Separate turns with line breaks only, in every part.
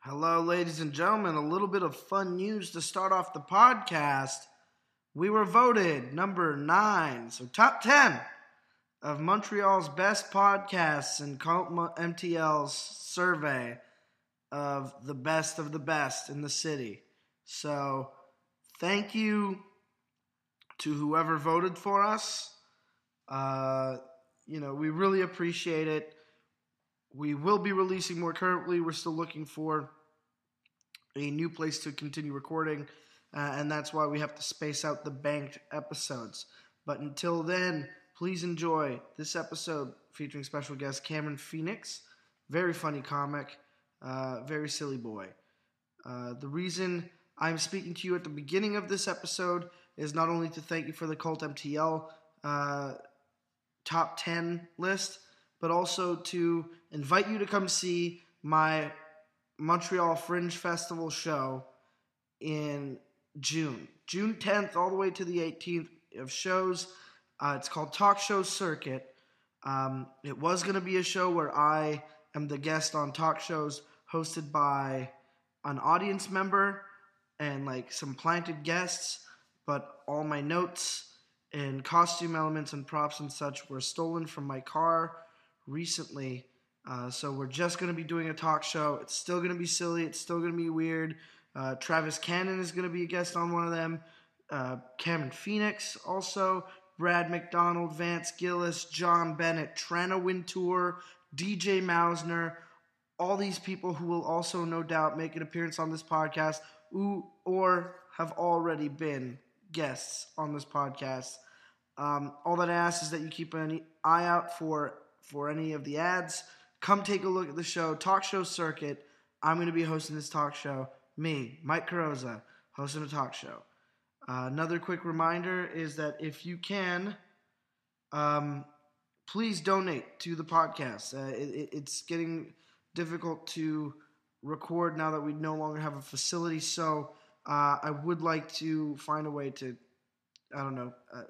Hello, ladies and gentlemen. A little bit of fun news to start off the podcast. We were voted number nine, so top 10 of Montreal's best podcasts in Cult Mo- MTL's survey of the best of the best in the city. So, thank you to whoever voted for us. Uh, you know, we really appreciate it. We will be releasing more currently. We're still looking for a new place to continue recording, uh, and that's why we have to space out the banked episodes. But until then, please enjoy this episode featuring special guest Cameron Phoenix, very funny comic, uh, very silly boy. Uh, the reason I'm speaking to you at the beginning of this episode is not only to thank you for the Cult MTL uh, top 10 list, but also to invite you to come see my Montreal Fringe Festival show in June. June 10th, all the way to the 18th of shows. Uh, it's called Talk Show Circuit. Um, it was going to be a show where I am the guest on talk shows hosted by an audience member and like some planted guests, but all my notes and costume elements and props and such were stolen from my car recently. Uh, so we're just going to be doing a talk show. It's still going to be silly. It's still going to be weird. Uh, Travis Cannon is going to be a guest on one of them. Uh, Cameron Phoenix also. Brad McDonald, Vance Gillis, John Bennett, Trana Wintour, DJ Mausner, all these people who will also no doubt make an appearance on this podcast who, or have already been guests on this podcast. Um, all that I ask is that you keep an eye out for for any of the ads. Come take a look at the show, Talk Show Circuit. I'm going to be hosting this talk show. Me, Mike Carosa, hosting a talk show. Uh, another quick reminder is that if you can, um, please donate to the podcast. Uh, it, it- it's getting difficult to record now that we no longer have a facility. So uh, I would like to find a way to, I don't know, uh,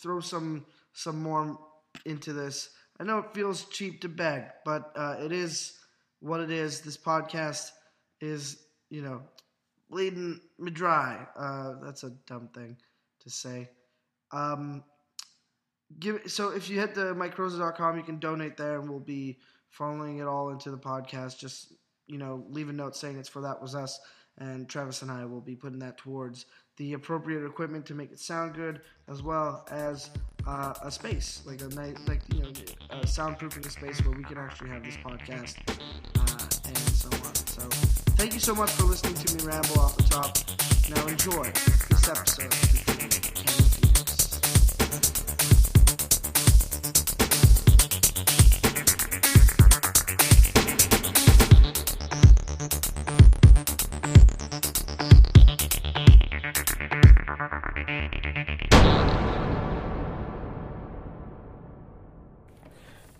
throw some some more into this. I know it feels cheap to beg, but uh, it is what it is. This podcast is, you know, bleeding me dry. Uh, that's a dumb thing to say. Um, give so if you head to mikerosa.com, you can donate there, and we'll be funneling it all into the podcast. Just you know, leave a note saying it's for that was us, and Travis and I will be putting that towards the appropriate equipment to make it sound good, as well as uh, a space like a night, like you know, uh, soundproofing a space where we can actually have this podcast uh, and so on. So, thank you so much for listening to me ramble off the top. Now enjoy this episode. featuring Cameron Phoenix.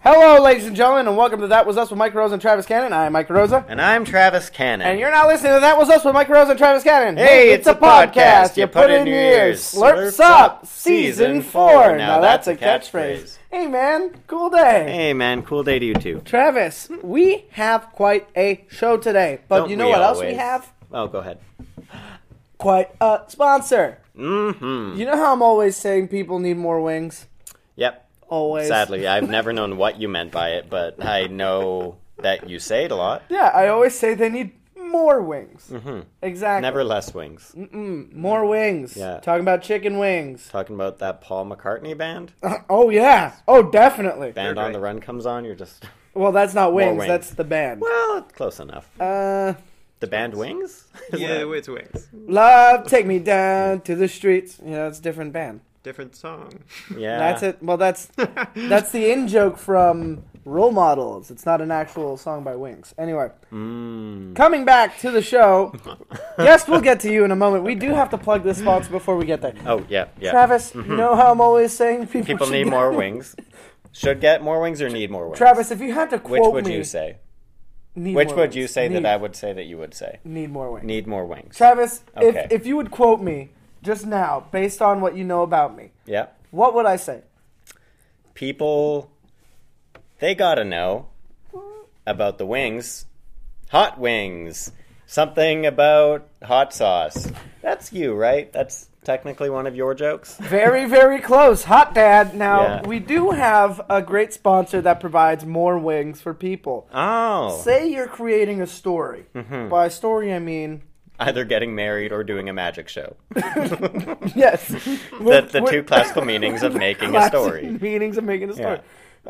Hello, ladies and gentlemen, and welcome to That Was Us with Mike Rosa and Travis Cannon. I am Mike Rosa.
And I'm Travis Cannon.
And you're not listening to That Was Us with Mike Rosa and Travis Cannon.
Hey, it's a podcast. You put in your ears.
Slurps
Slurps
up,
up.
season
Season
four.
four.
Now that's a catchphrase.
catchphrase.
Hey, man, cool day.
Hey man, cool day to you too.
Travis, we have quite a show today, but
Don't
you know
we
what else we
always?
have?
Oh, go ahead.
Quite a sponsor.
Mm-hmm.
You know how I'm always saying people need more wings?
Yep.
Always.
Sadly, I've never known what you meant by it, but I know that you say it a lot.
Yeah, I always say they need more wings. Mm-hmm. Exactly.
Never less wings.
Mm. More wings.
Yeah.
Talking about chicken wings.
Talking about that Paul McCartney band,
Oh yeah. Oh definitely.
band
Third
on the
Reich.
run comes on. You're just
Well, that's not wings.
wings.
That's the band.
well, close enough.
Uh,
The band Wings. Is
Yeah,
that-
it's Wings.
love, take me down to the streets. You know, it's a different band.
Different song.
yeah.
That's it. Well, that's that's the in joke from Role Models. It's not an actual song by Wings. Anyway,
Mm. Hmm.
coming back to the show. yes, we'll get to you in a moment. We do have to plug this sponsor before we get there.
Oh yeah, yeah. Mm-hmm.
Travis, you know how I'm always saying people,
People
should
need
get-
more wings. Should get more wings or need more wings?
Travis, if you had to
Which
quote
would
me,
you say?
need
Which
more
would you
wings.
say
Need-
that I would say that you would say?
need more wings?
Need more wings.
Travis,
Okay.
if, if you would quote me just now, based on what you know about me,
Yeah.
what would I say?
People, they gotta know about the wings Hot wings. Something about hot sauce. That's you, right? That's technically one of your jokes.
Very, very close. Hot Dad. Now,
Yeah.
we do have a great sponsor that provides more wings for people.
Oh. Mm-hmm.
Say you're creating a story. By story, I mean.
Either getting married or doing a magic show.
Yes.
The, the two classical meanings of making a
Classic
story.
Meanings of making a story.
Yeah.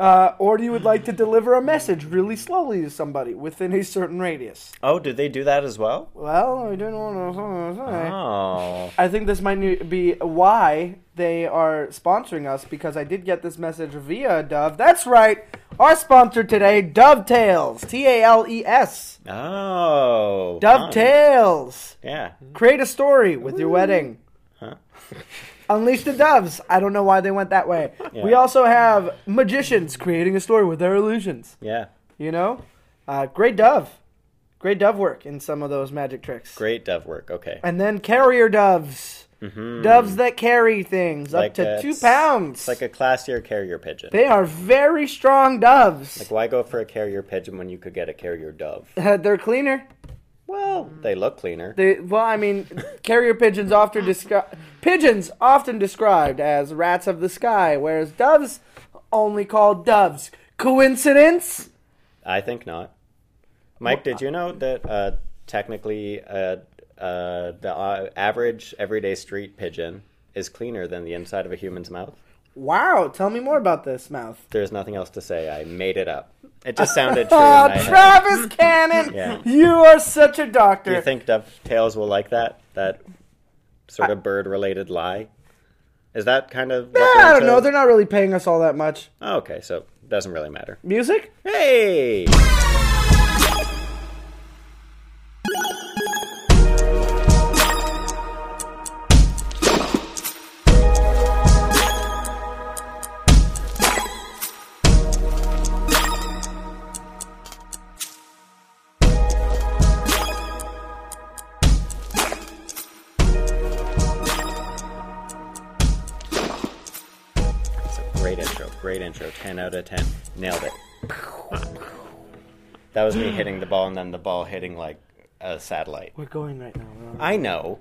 Uh, or you would like to deliver a message really slowly to somebody within a certain radius.
Oh, do they do that as well?
Well, I don't want to.
Oh.
I think this might ne- be why they are sponsoring us because I did get this message via Dove. That's right. Our sponsor today, Dovetails. T A L E S.
Oh. fun.
Dovetails.
Yeah.
Create a story with your wedding.
Huh?
Unleash the doves. I don't know why they went that way. We
Yeah.
also have magicians creating a story with their illusions.
Yeah.
You know? Uh, great dove. Great dove work in some of those magic tricks.
Great dove work. Okay.
And then carrier doves.
Mm-hmm.
Doves that carry things
Like
up to
a-
two pounds.
It's like a classier carrier pigeon.
they are very strong doves.
Like, why go for a carrier pigeon when you could get a carrier dove?
They're cleaner.
Well,
Mm-hmm.
they look cleaner.
They, well, I mean, carrier pigeons often descri- pigeons often described as rats of the sky, whereas doves only called doves. Coincidence?
I think not. Mike, did you know that uh, technically uh, uh, the uh, average everyday street pigeon is cleaner than the inside of a human's mouth?
Wow! Tell me more about this mouth.
There's nothing else to say. I made it up. It just sounded true. in
Oh,
my head.
Travis Cannon,
Yeah.
you are such a
Do you
doctor.
think dovetails will like that? That sort of bird-related lie? Is that kind of? what
I don't
into?
know. They're not really paying us all that much.
Oh, okay, so it doesn't really matter.
Music?
Hey! That's a great intro. Great intro. 10 out of 10. Nailed it. That was me hitting the ball and then the ball hitting like a satellite.
We're going right now. We're on-
I know.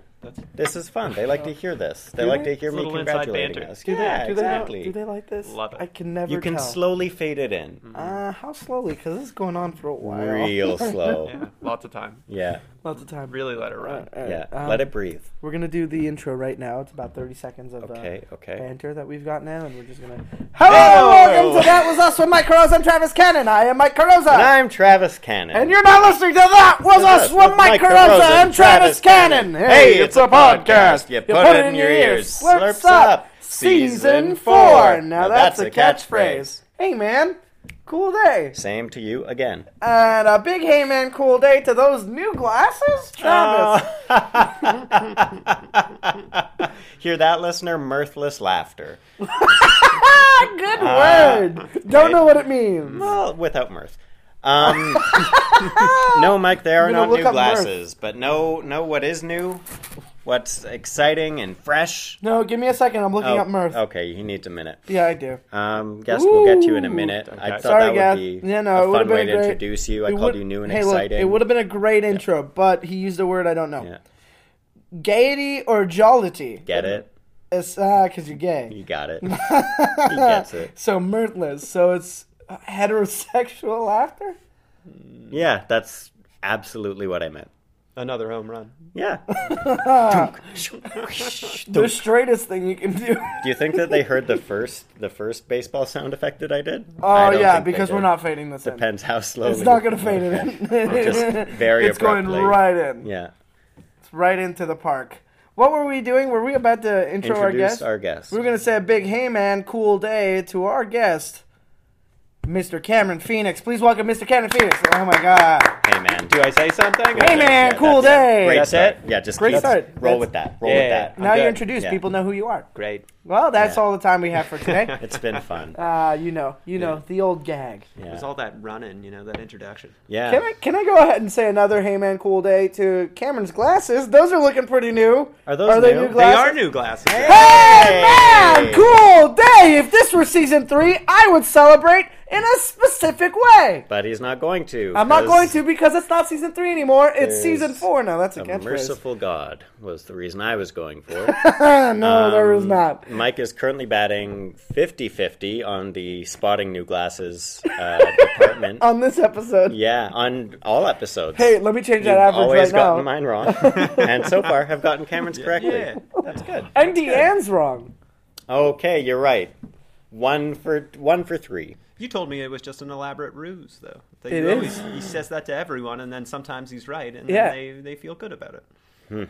This is fun. They like to hear this. They
Do
like
they?
to hear me
Little inside
congratulating
banter.
us.
Do they?
yeah,
do they?
exactly.
Do they like this?
Love it.
I can never.
you can
tell.
slowly fade it in.
Uh, how slowly? Because this is going on for a while.
Real slow.
Yeah, lots of time.
Yeah.
Lots of time.
Really let it run.
Uh, uh,
Yeah.
um,
Let it breathe.
We're gonna do the intro right now. It's about thirty seconds of
Okay,
uh,
okay.
banter that we've got now, and we're just gonna. Hello, and welcome to that was us with Mike Carosa. I'm Travis Cannon. I am Mike Carosa,
And I'm Travis Cannon. Uh,
and you're not listening to that was
Yes,
us with Mike Carosa. I'm Travis Cannon.
Hey, it's a podcast. You put it in your ears.
Slurps up. Season four. Now that's a catchphrase. Hey man, cool day.
Same to you again.
And a big hey man cool day to those new glasses, Travis.
Oh. Hear that, listener? Mirthless laughter. Oh.
Ah, good word. Don't know what it means.
Well, without mirth. Um, no, Mike, they are
I'm gonna
not
look
new
up mirth.
glasses, but know know what is new, what's exciting and fresh.
No, give me a second. I'm looking
Oh,
up mirth.
Okay, he needs a minute.
Yeah, I do.
Um, guess we'll get to you in a
Ooh.
minute. I thought
Sorry,
that would
guys.
be
Yeah, no, it
a
would've
fun way
been
to
great.
introduce you.
It
I called
would-
you new and
hey, look,
exciting.
it would have been a great intro, but he used a word I don't know.
Yeah.
Gaiety or jollity?
Get it?
It's ah, because you're gay.
You got it. he gets it.
So mirthless. So it's heterosexual laughter.
Yeah, that's absolutely what I meant.
Another home run.
Yeah.
The straightest thing you can do.
Do you think that they heard the first the first baseball sound effect that I did?
Oh yeah, because we're not fading this in.
Depends how slowly.
It's not gonna fade it in.
Just very
it's going
abruptly.
right in.
Yeah.
It's right into the park. What were we doing? Were we about to intro
Introduce
our guest?
our guest.
We We're gonna say a big hey man, cool day to our guest, Mr. Cameron Phoenix. Please welcome Mr. Cameron Phoenix. Oh my god.
Hey man.
Do I say something?
Hey, man, cool
that's it.
day.
Great
That's
start.
it?
Yeah, just
Great
keep-
start.
Roll
That's-
with that. Roll
Yeah,
with
yeah,
that.
yeah.
now you're
good.
introduced.
Yeah.
People know who you are.
Great.
Well, that's
Yeah.
all the time we have for today.
It's been fun.
uh, you know, you know, the old gag.
Yeah.
There's all that running, you know, that introduction.
yeah.
Can I can I go ahead and say another hey man cool day to Cameron's glasses? Those are looking pretty new.
Are those
they
new?
new
They
They
glasses?
are new glasses.
Hey
Hey!
man, cool day! If this were season three, I would celebrate in a specific way.
But he's not going to.
I'm not
'cause
going to because it's not season three anymore. It's
There's
season four now. That's a
A
catchphrase.
merciful God was the reason I was going for.
no, there is not.
Mike is currently batting 50 50 on the spotting new glasses uh, department.
On this episode.
Yeah, on all episodes.
Hey, let me change that
You've
average
always
right now.
gotten mine wrong. and so far have gotten Cameron's correctly.
Yeah.
That's good.
and Deanne's wrong.
Okay, you're right. One for one for three.
You told me it was just an elaborate ruse, though. They
It
you
is.
Always, he says that to everyone, and then sometimes he's right, and
Yeah.
then they, they feel good about it.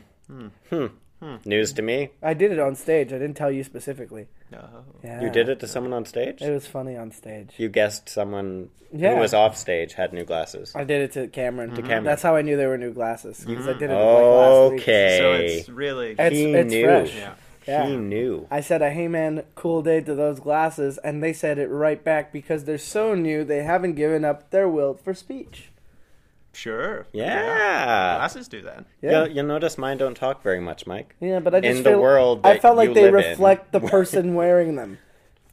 News to me.
I did it on stage. I didn't tell you specifically.
No.
Yeah.
You did it to someone on stage?
It was funny on stage.
You guessed someone
Yeah.
who was off stage had new glasses.
I did it to Cameron. To
Cameron.
That's how I knew they were new glasses because I did it like last week.
Okay.
So it's really.
It's,
He
it's
knew.
fresh.
yeah.
Yeah.
He knew.
I said a hey man, cool day to those glasses, and they said it right back because they're so new they haven't given up their will for speech.
Sure.
Yeah.
Glasses do that.
Yeah.
You'll, you'll notice mine don't talk very much, Mike.
Yeah, but I just
In the
feel,
world
I
that
felt like
you
they
live in.
reflect the person wearing them.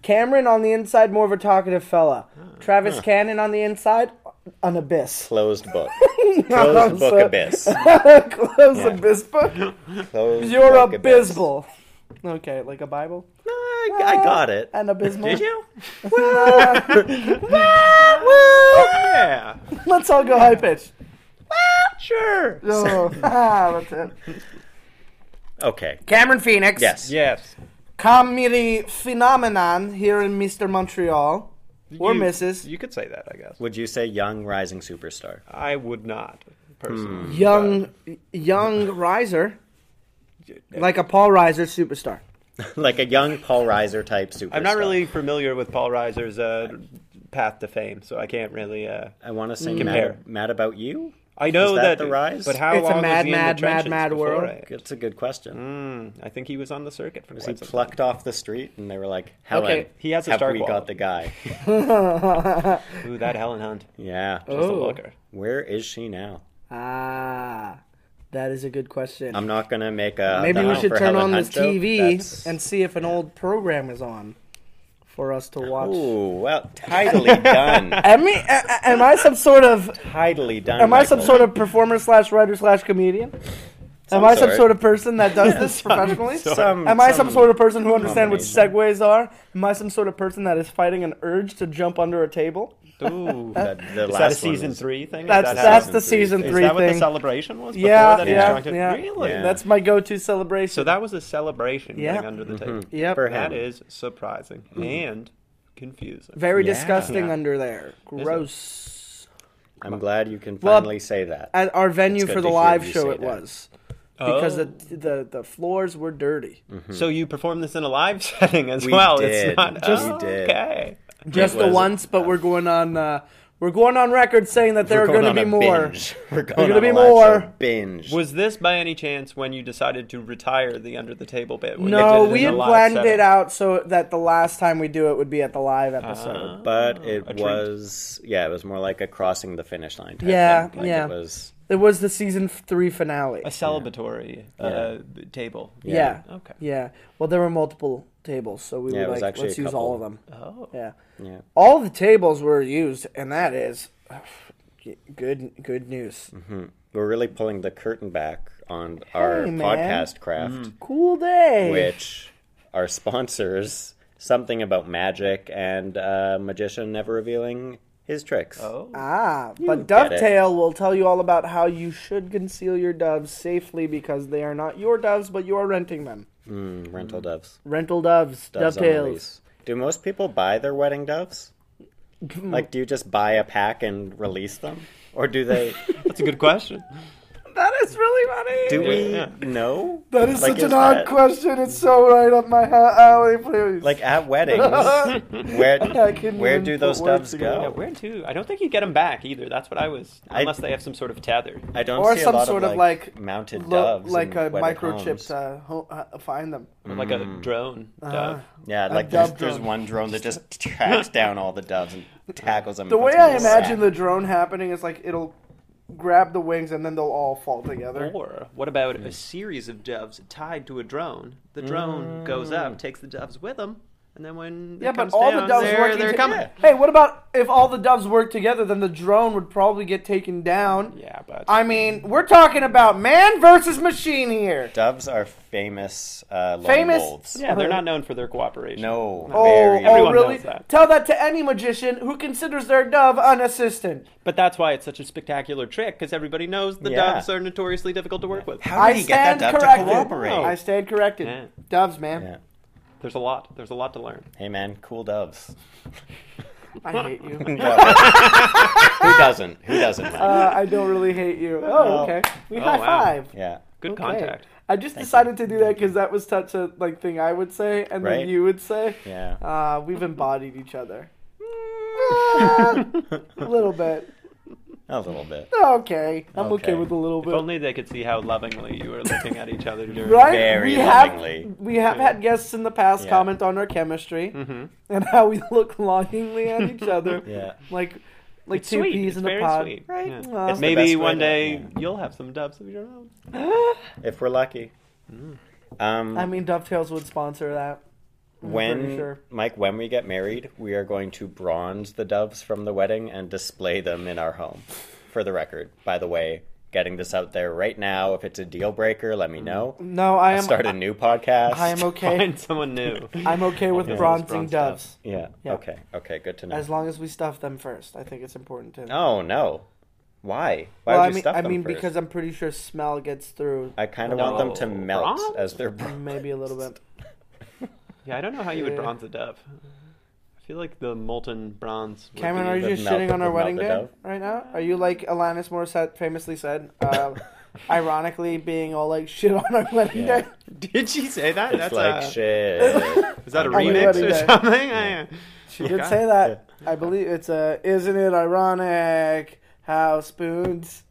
Cameron on the inside, more of a talkative fella. Travis Cannon on the inside, an abyss.
Closed book. Closed book
So-
abyss.
Close
Yeah.
abyss book.
Closed
You're
book abyss.
abysmal. Okay, like a Bible?
No, I, I got it.
An abysmal.
Did you? yeah.
Let's all go high pitch.
Sure.
Oh, ah, that's it.
Okay.
Cameron Phoenix.
Yes.
Yes.
Comedy phenomenon here in Mr. Montreal. Or
You-
Mrs.
You could say that, I guess.
Would you say young rising superstar?
I would not,
Hmm.
personally.
young, young riser. Like a Paul Riser superstar.
like a young Paul Reiser type superstar.
I'm not really familiar with Paul Reiser's uh, path to fame, so I can't really. Uh,
I want to
Mm.
say
Compare.
mad, mad about you.
I know
Is that
that,
the rise?
but how
It's a
long
mad,
was he in
mad,
the
mad,
trenches
mad
before
world.
it?
That's a good question.
Mm, I think he was on the circuit for
Was he
quite some
plucked off the street and they were like, "Helen,
Okay.
He has a
have
star
we got the
quality.
guy?"
time. Ooh, that Helen Hunt.
yeah.
Just a
Oh.
looker.
Where is she now?
Ah, that is a good question.
I'm not gonna make a.
Maybe
the
we
Hunt
should
for
turn
Helen
on the
Hunt joke.
TV
That's-
and see if an old program is on for us to watch.
Ooh, well, tidily done.
Am, I- a- a- am I some sort of
tidily done.
am I some
Michael.
sort of performer slash writer slash comedian? Am I some
sort.
sort of person that does this professionally?
Some-
Am I some sort of person who understands what
combination.
segues are? Am I some sort of person that is fighting an urge to jump under a table?
Ooh,
That, the last
is that a
one
season
was-
three thing? Is
That's
that how-
that's the
season
season
Is
three
that what the
thing.
celebration was? Before
Yeah,
that he was
yeah,
trying to-
yeah.
Really?
Yeah.
That's my go-to celebration.
So that was a celebration
Yeah.
getting under the
Mm-hmm.
table.
yep.
for
That
him.
is surprising
Mm-hmm.
and confusing.
Very
Yeah.
disgusting
Yeah.
under there. Gross.
I'm glad you can
Well,
finally say that.
At our venue
It's good
for the
to hear
live
you
show,
say
it
that.
was because
Oh.
the, the the floors were dirty.
Mm-hmm.
So you perform this in a live setting as
Hmm. We
well.
did.
It's not
Just-
oh,
We did.
okay.
Just the
was-
once, but we're going on. Uh, we're going on record saying that there
We're
are going
going
to
on a
be more.
binge. We're
There're
going
gonna
on
be
a live show
more.
binge.
Was this by any chance when you decided to retire the under the table bit? when
No,
you did it
we
in a
had
live
planned
setting?
it out so that the last time we do it would be at the live
Uh-huh.
episode.
Uh,
Uh-huh.
but it
Oh, treat.
was yeah, it was more like a crossing the finish line. Type
Yeah,
thing. Like,
yeah.
It was
it was the season three finale.
a celebratory uh, b- table.
Yeah.
Okay.
Yeah. Well, there were multiple tables, so we
Yeah, it
were
was
like,
actually
let's
a
use
couple.
all of them.
Oh.
Yeah.
yeah.
All the tables were used, and that is good. Good news.
Mm. We're really pulling the curtain back on our
man.
podcast craft,
Mm-hmm.
Cool day.
which our sponsors something about magic and uh, magician never revealing his tricks.
Oh.
Ah, but
get it.
Dovetail will tell you all about how you should conceal your doves safely because they are not your doves, but you are renting them.
Mm, rental doves.
Rental doves,
doves on
dovetails.
release. Do most people buy their wedding doves? Like, do you just buy a pack and release them, or do they?
That's a good question.
That is really funny.
Do we
Yeah.
know?
that is
Like,
such an
is
odd
that-
question. It's so right up my ha- alley, please.
Like at weddings, where
couldn't
where
even
do
put
those
words
doves
together.
go?
Yeah, where to? I don't think you get them back either. That's what I was.
I-
Unless they have some sort of tether.
I don't
Or
see
some
a lot
sort
of,
of,
like,
like,
mounted
Lo-
doves,
like
in
a
wedded
microchip
homes.
to ho- uh, find them.
Like a
Hmm.
drone
Uh,
dove.
yeah, like
dove
there's, there's
drone.
one drone that just tracks down all the doves and tackles them.
The way I imagine the drone happening is like it'll grab the wings and then they'll all fall together.
Or what about a series of doves tied to a drone? The drone goes up, takes the doves with him, And then when
Mm. Yeah,
it
but
comes
all the
down,
doves
they're,
working.
they're
to-
coming.
Yeah. Hey, what about if all the doves work together? Then the drone would probably get taken down.
Yeah, but
I mean, we're talking about man versus machine here.
Doves are famous uh, lone
Famous-
wolves.
yeah, they're not known for their cooperation.
No.
Oh,
very-
oh
Everyone
really?
knows that.
Tell that to any magician who considers their dove unassisted.
but that's why it's such a spectacular trick because everybody knows the
Yeah.
doves are notoriously difficult to work with.
How
I
did he get
stand
that dove
corrected.
to cooperate?
I stand corrected.
Yeah.
Doves, man.
Yeah.
There's a lot. There's a lot to learn.
Hey man, cool doves.
I hate you.
Who doesn't? Who doesn't? Mike?
Uh, I don't really hate you. Oh,
No.
okay. We
Oh,
high
wow.
five.
yeah.
Good
Okay.
contact.
I just decided to do that because that was such a like thing I would say, and
Right.
then you would say.
Yeah.
Uh, we've embodied each other. Uh, a little bit.
A little bit.
Okay, I'm okay,
Okay.
with a little
If
bit.
only they could see how lovingly you were looking at each other during.
Right?
Very
we have
lovingly.
we have had guests in the past
Yeah.
comment on our chemistry
Mm-hmm.
and how we look longingly at each other,
Yeah.
like like
It's
two
sweet.
peas
It's
in a
very
pod.
sweet.
Right?
Yeah.
Aw.
It's the
Maybe
best way
one
to-
day
yeah.
you'll have some doves of your own.
If we're lucky. Um,
I mean, Dovetails would sponsor that. pretty
when
sure.
Mike, when we get married, we are going to bronze the doves from the wedding and display them in our home. For the record, by the way, getting this out there right now. If it's a deal breaker, let me know.
No, Mm. I
I'll
am.
start a new podcast.
I am okay.
Find someone new.
I'm okay with
Yeah.
bronzing
Bronze
doves
doves.
Yeah.
Yeah.
Okay. Okay. Good to know.
as long as we stuff them first. I think it's important to.
oh no. Why? Why
well,
would
I
you
mean,
stuff
I
them
mean
first?
because I'm pretty sure smell gets through.
I kind of want them to
No.
melt
Bronze?
as they're bronze.
Maybe a little bit.
Yeah, I don't know how you would
Yeah.
bronze a dove. I feel like the molten bronze. would
Cameron,
be
are you
the-
just
melt
shitting
the-
on our
would melt
wedding
the
day
dove.
right now? Are you like Alanis Morissette famously said, uh, ironically being all like shit on our wedding
Yeah.
day?
Did she say that?
It's
That's
uh,
uh,
like
a,
shit.
Is that a
On the
remix
wedding
or
day.
something?
She did say that. I believe it's a isn't it ironic how spoons,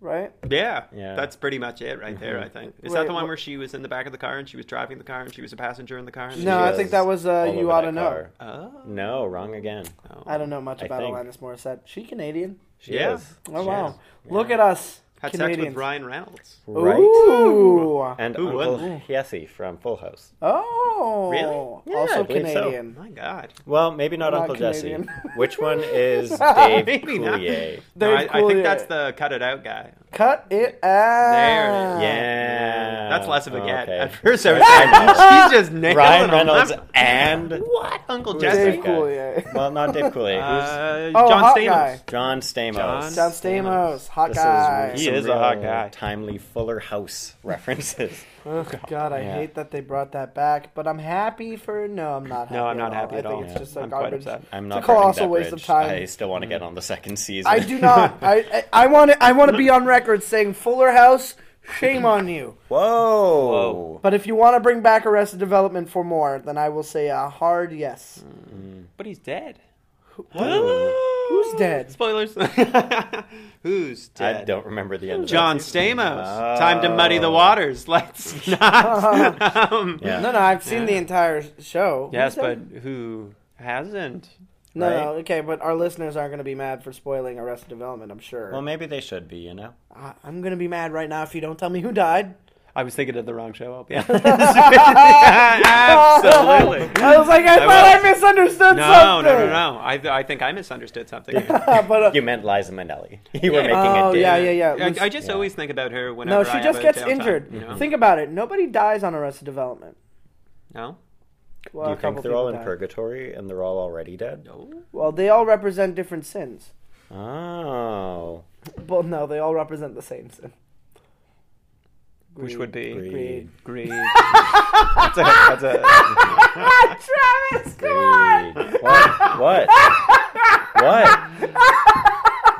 right?
Yeah.
Yeah. Mm-hmm.
That's pretty much it right there, I think. Is
Wait,
that the one
wh-
where she was in the back of the car and she was driving the car and she was a passenger in the car? And
No, I
She
think that was, uh,
all
You
over
Oughta
that
Know.
car.
Oh.
No, wrong again.
I don't know much
I
about
think.
Alanis Morissette. She Canadian.
She
Yeah.
is.
Oh
She
wow!
is.
Look at us,
Had sex
Canadians.
with Ryan Reynolds.
Right.
Ooh.
And
Who
Uncle
wouldn't?
Jesse from Full House.
Oh.
Really?
Yeah,
also
I believe so.
Canadian.
My God.
Well, maybe not,
Not
Uncle
Canadian.
Jesse. Which one is Dave
Maybe not.
Coulier?
No, I,
Dave
I think
Coulier.
that's the cut it out guy.
Cut it out.
There it is.
Yeah.
That's less of a
Oh,
gag.
okay.
At first, I was like, she's just nailing
Ryan
them.
Reynolds
I'm-
and
What? Uncle
Who is
Jesse?
Dave
that guy?
Coulier.
Well, not Dave Coulier. Who's
Uh,
Oh,
John
hot
Stamos.
guy.
John Stamos.
John
John Stamos, hot
This
guy.
is
He
some
is a hot
real
guy.
Timely Fuller House references.
Oh God, I
Yeah.
hate that they brought that back, but I'm happy for no, I'm not. Happy
No, I'm not
all.
happy at
I think
all.
it's
Yeah.
just a
I'm quite
garbage.
upset.
I'm
It's
not
a
burning
colossal
that
waste of
bridge.
time.
I still want to get on the second season.
I do not. I I want to. I want to be on record saying Fuller House. Shame on you.
Whoa.
But if you want to bring back Arrested Development for more, then I will say a hard yes.
But he's dead.
Who's dead?
Spoilers. Who's dead?
I don't remember the end. Of
John
that season.
Stamos. Time to muddy the waters. Let's not. um,
Yeah.
No, no, I've seen the entire show.
Yes,
Who's
but
dead?
who hasn't?
no, no,
right?
okay, but our listeners aren't going to be mad for spoiling Arrested Development. I'm sure.
Well, maybe they should be. You know.
I, I'm going to be mad right now if you don't tell me who died.
I was thinking of the wrong show. I'll be honest. Absolutely.
I was like, I,
I
thought
was-
I misunderstood
No, no,
something.
no, no. I, I think I misunderstood something. I,
no. but, uh,
You meant Liza Minnelli. You were making
oh
a dig.
yeah, yeah, yeah. Liz-
I just always think about her whenever
no, she
I
just
have
gets
a downtime,
injured.
you know?
Think about it. Nobody dies on Arrested Development.
no?
Well,
Do
a
you
couple
think they're all
people
in
die.
purgatory and they're all already dead?
No?
Well, they all represent different sins.
Oh.
Well, no, they all represent the same sin.
Which would be
Greed.
Greed.
greed. that's a, that's a,
Travis, come on!
Greed. What? What? What?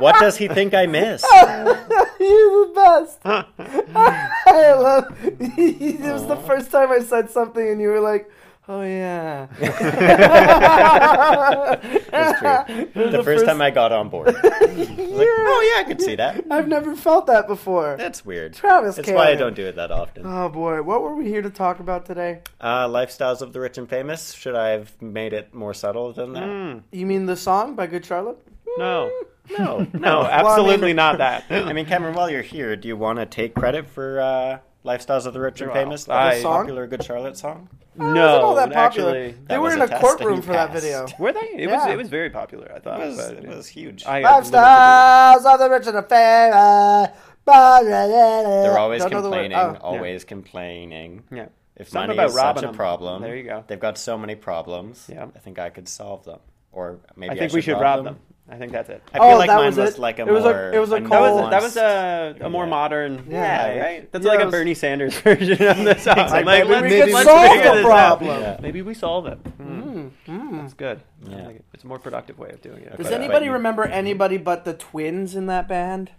What does he think I missed?
You're the best. I love. it was the first time I said something, and you were like, "Oh yeah."
That's true. The, first, time I got on board. I was like, oh yeah, I could see that.
I've never felt that before.
That's weird.
Travis
That's why I
Cannon.
don't do it that often.
Oh boy, what were we here to talk about today?
Uh, lifestyles of the rich and famous. Should I have made it more subtle than that?
You mean the song by Good Charlotte?
mm, no.
No,
No, absolutely not that.
I mean, Cameron, while you're here, do you want to take credit for uh, Lifestyles of the Rich and
Wow.
Famous, the
I-
popular Good Charlotte song.
No,
it wasn't all that popular.
actually,
they
that
were
was
in
a
a
test
courtroom
and
for that
passed.
video.
were they? It
Yeah.
was it was very popular. I thought.
It was,
but-
it was huge.
I
Five stars of the rich and the famous.
They're
Uh,
They're
always complaining, always complaining.
Yeah.
If
Oh, Something
money
about
is
robbing
such a
them.
problem,
There you go.
They've got so many problems.
Yeah.
I think I could solve them, or maybe
I
I
think we should rob them. I think that's it.
I
Oh,
feel like
that
mine
was
was,
it.
like a
It was a-
more.
it was a
nuanced-
That was a, that was a, a more
Yeah.
modern,
Yeah.
yeah, right. That's
Yeah,
like
it
a
was-
Bernie Sanders version of the song.
Exactly.
Like,
Maybe
let's-
we
let's
could
solve
figure
the
this
problem. Hmm.
Out.
Yeah.
Maybe we solve it.
Oh.
Mm. That's good. I
Yeah.
like it. It's a more productive way of doing it. uh,
Okay.
Does
But-
anybody
but you-
remember anybody but the twins in that band?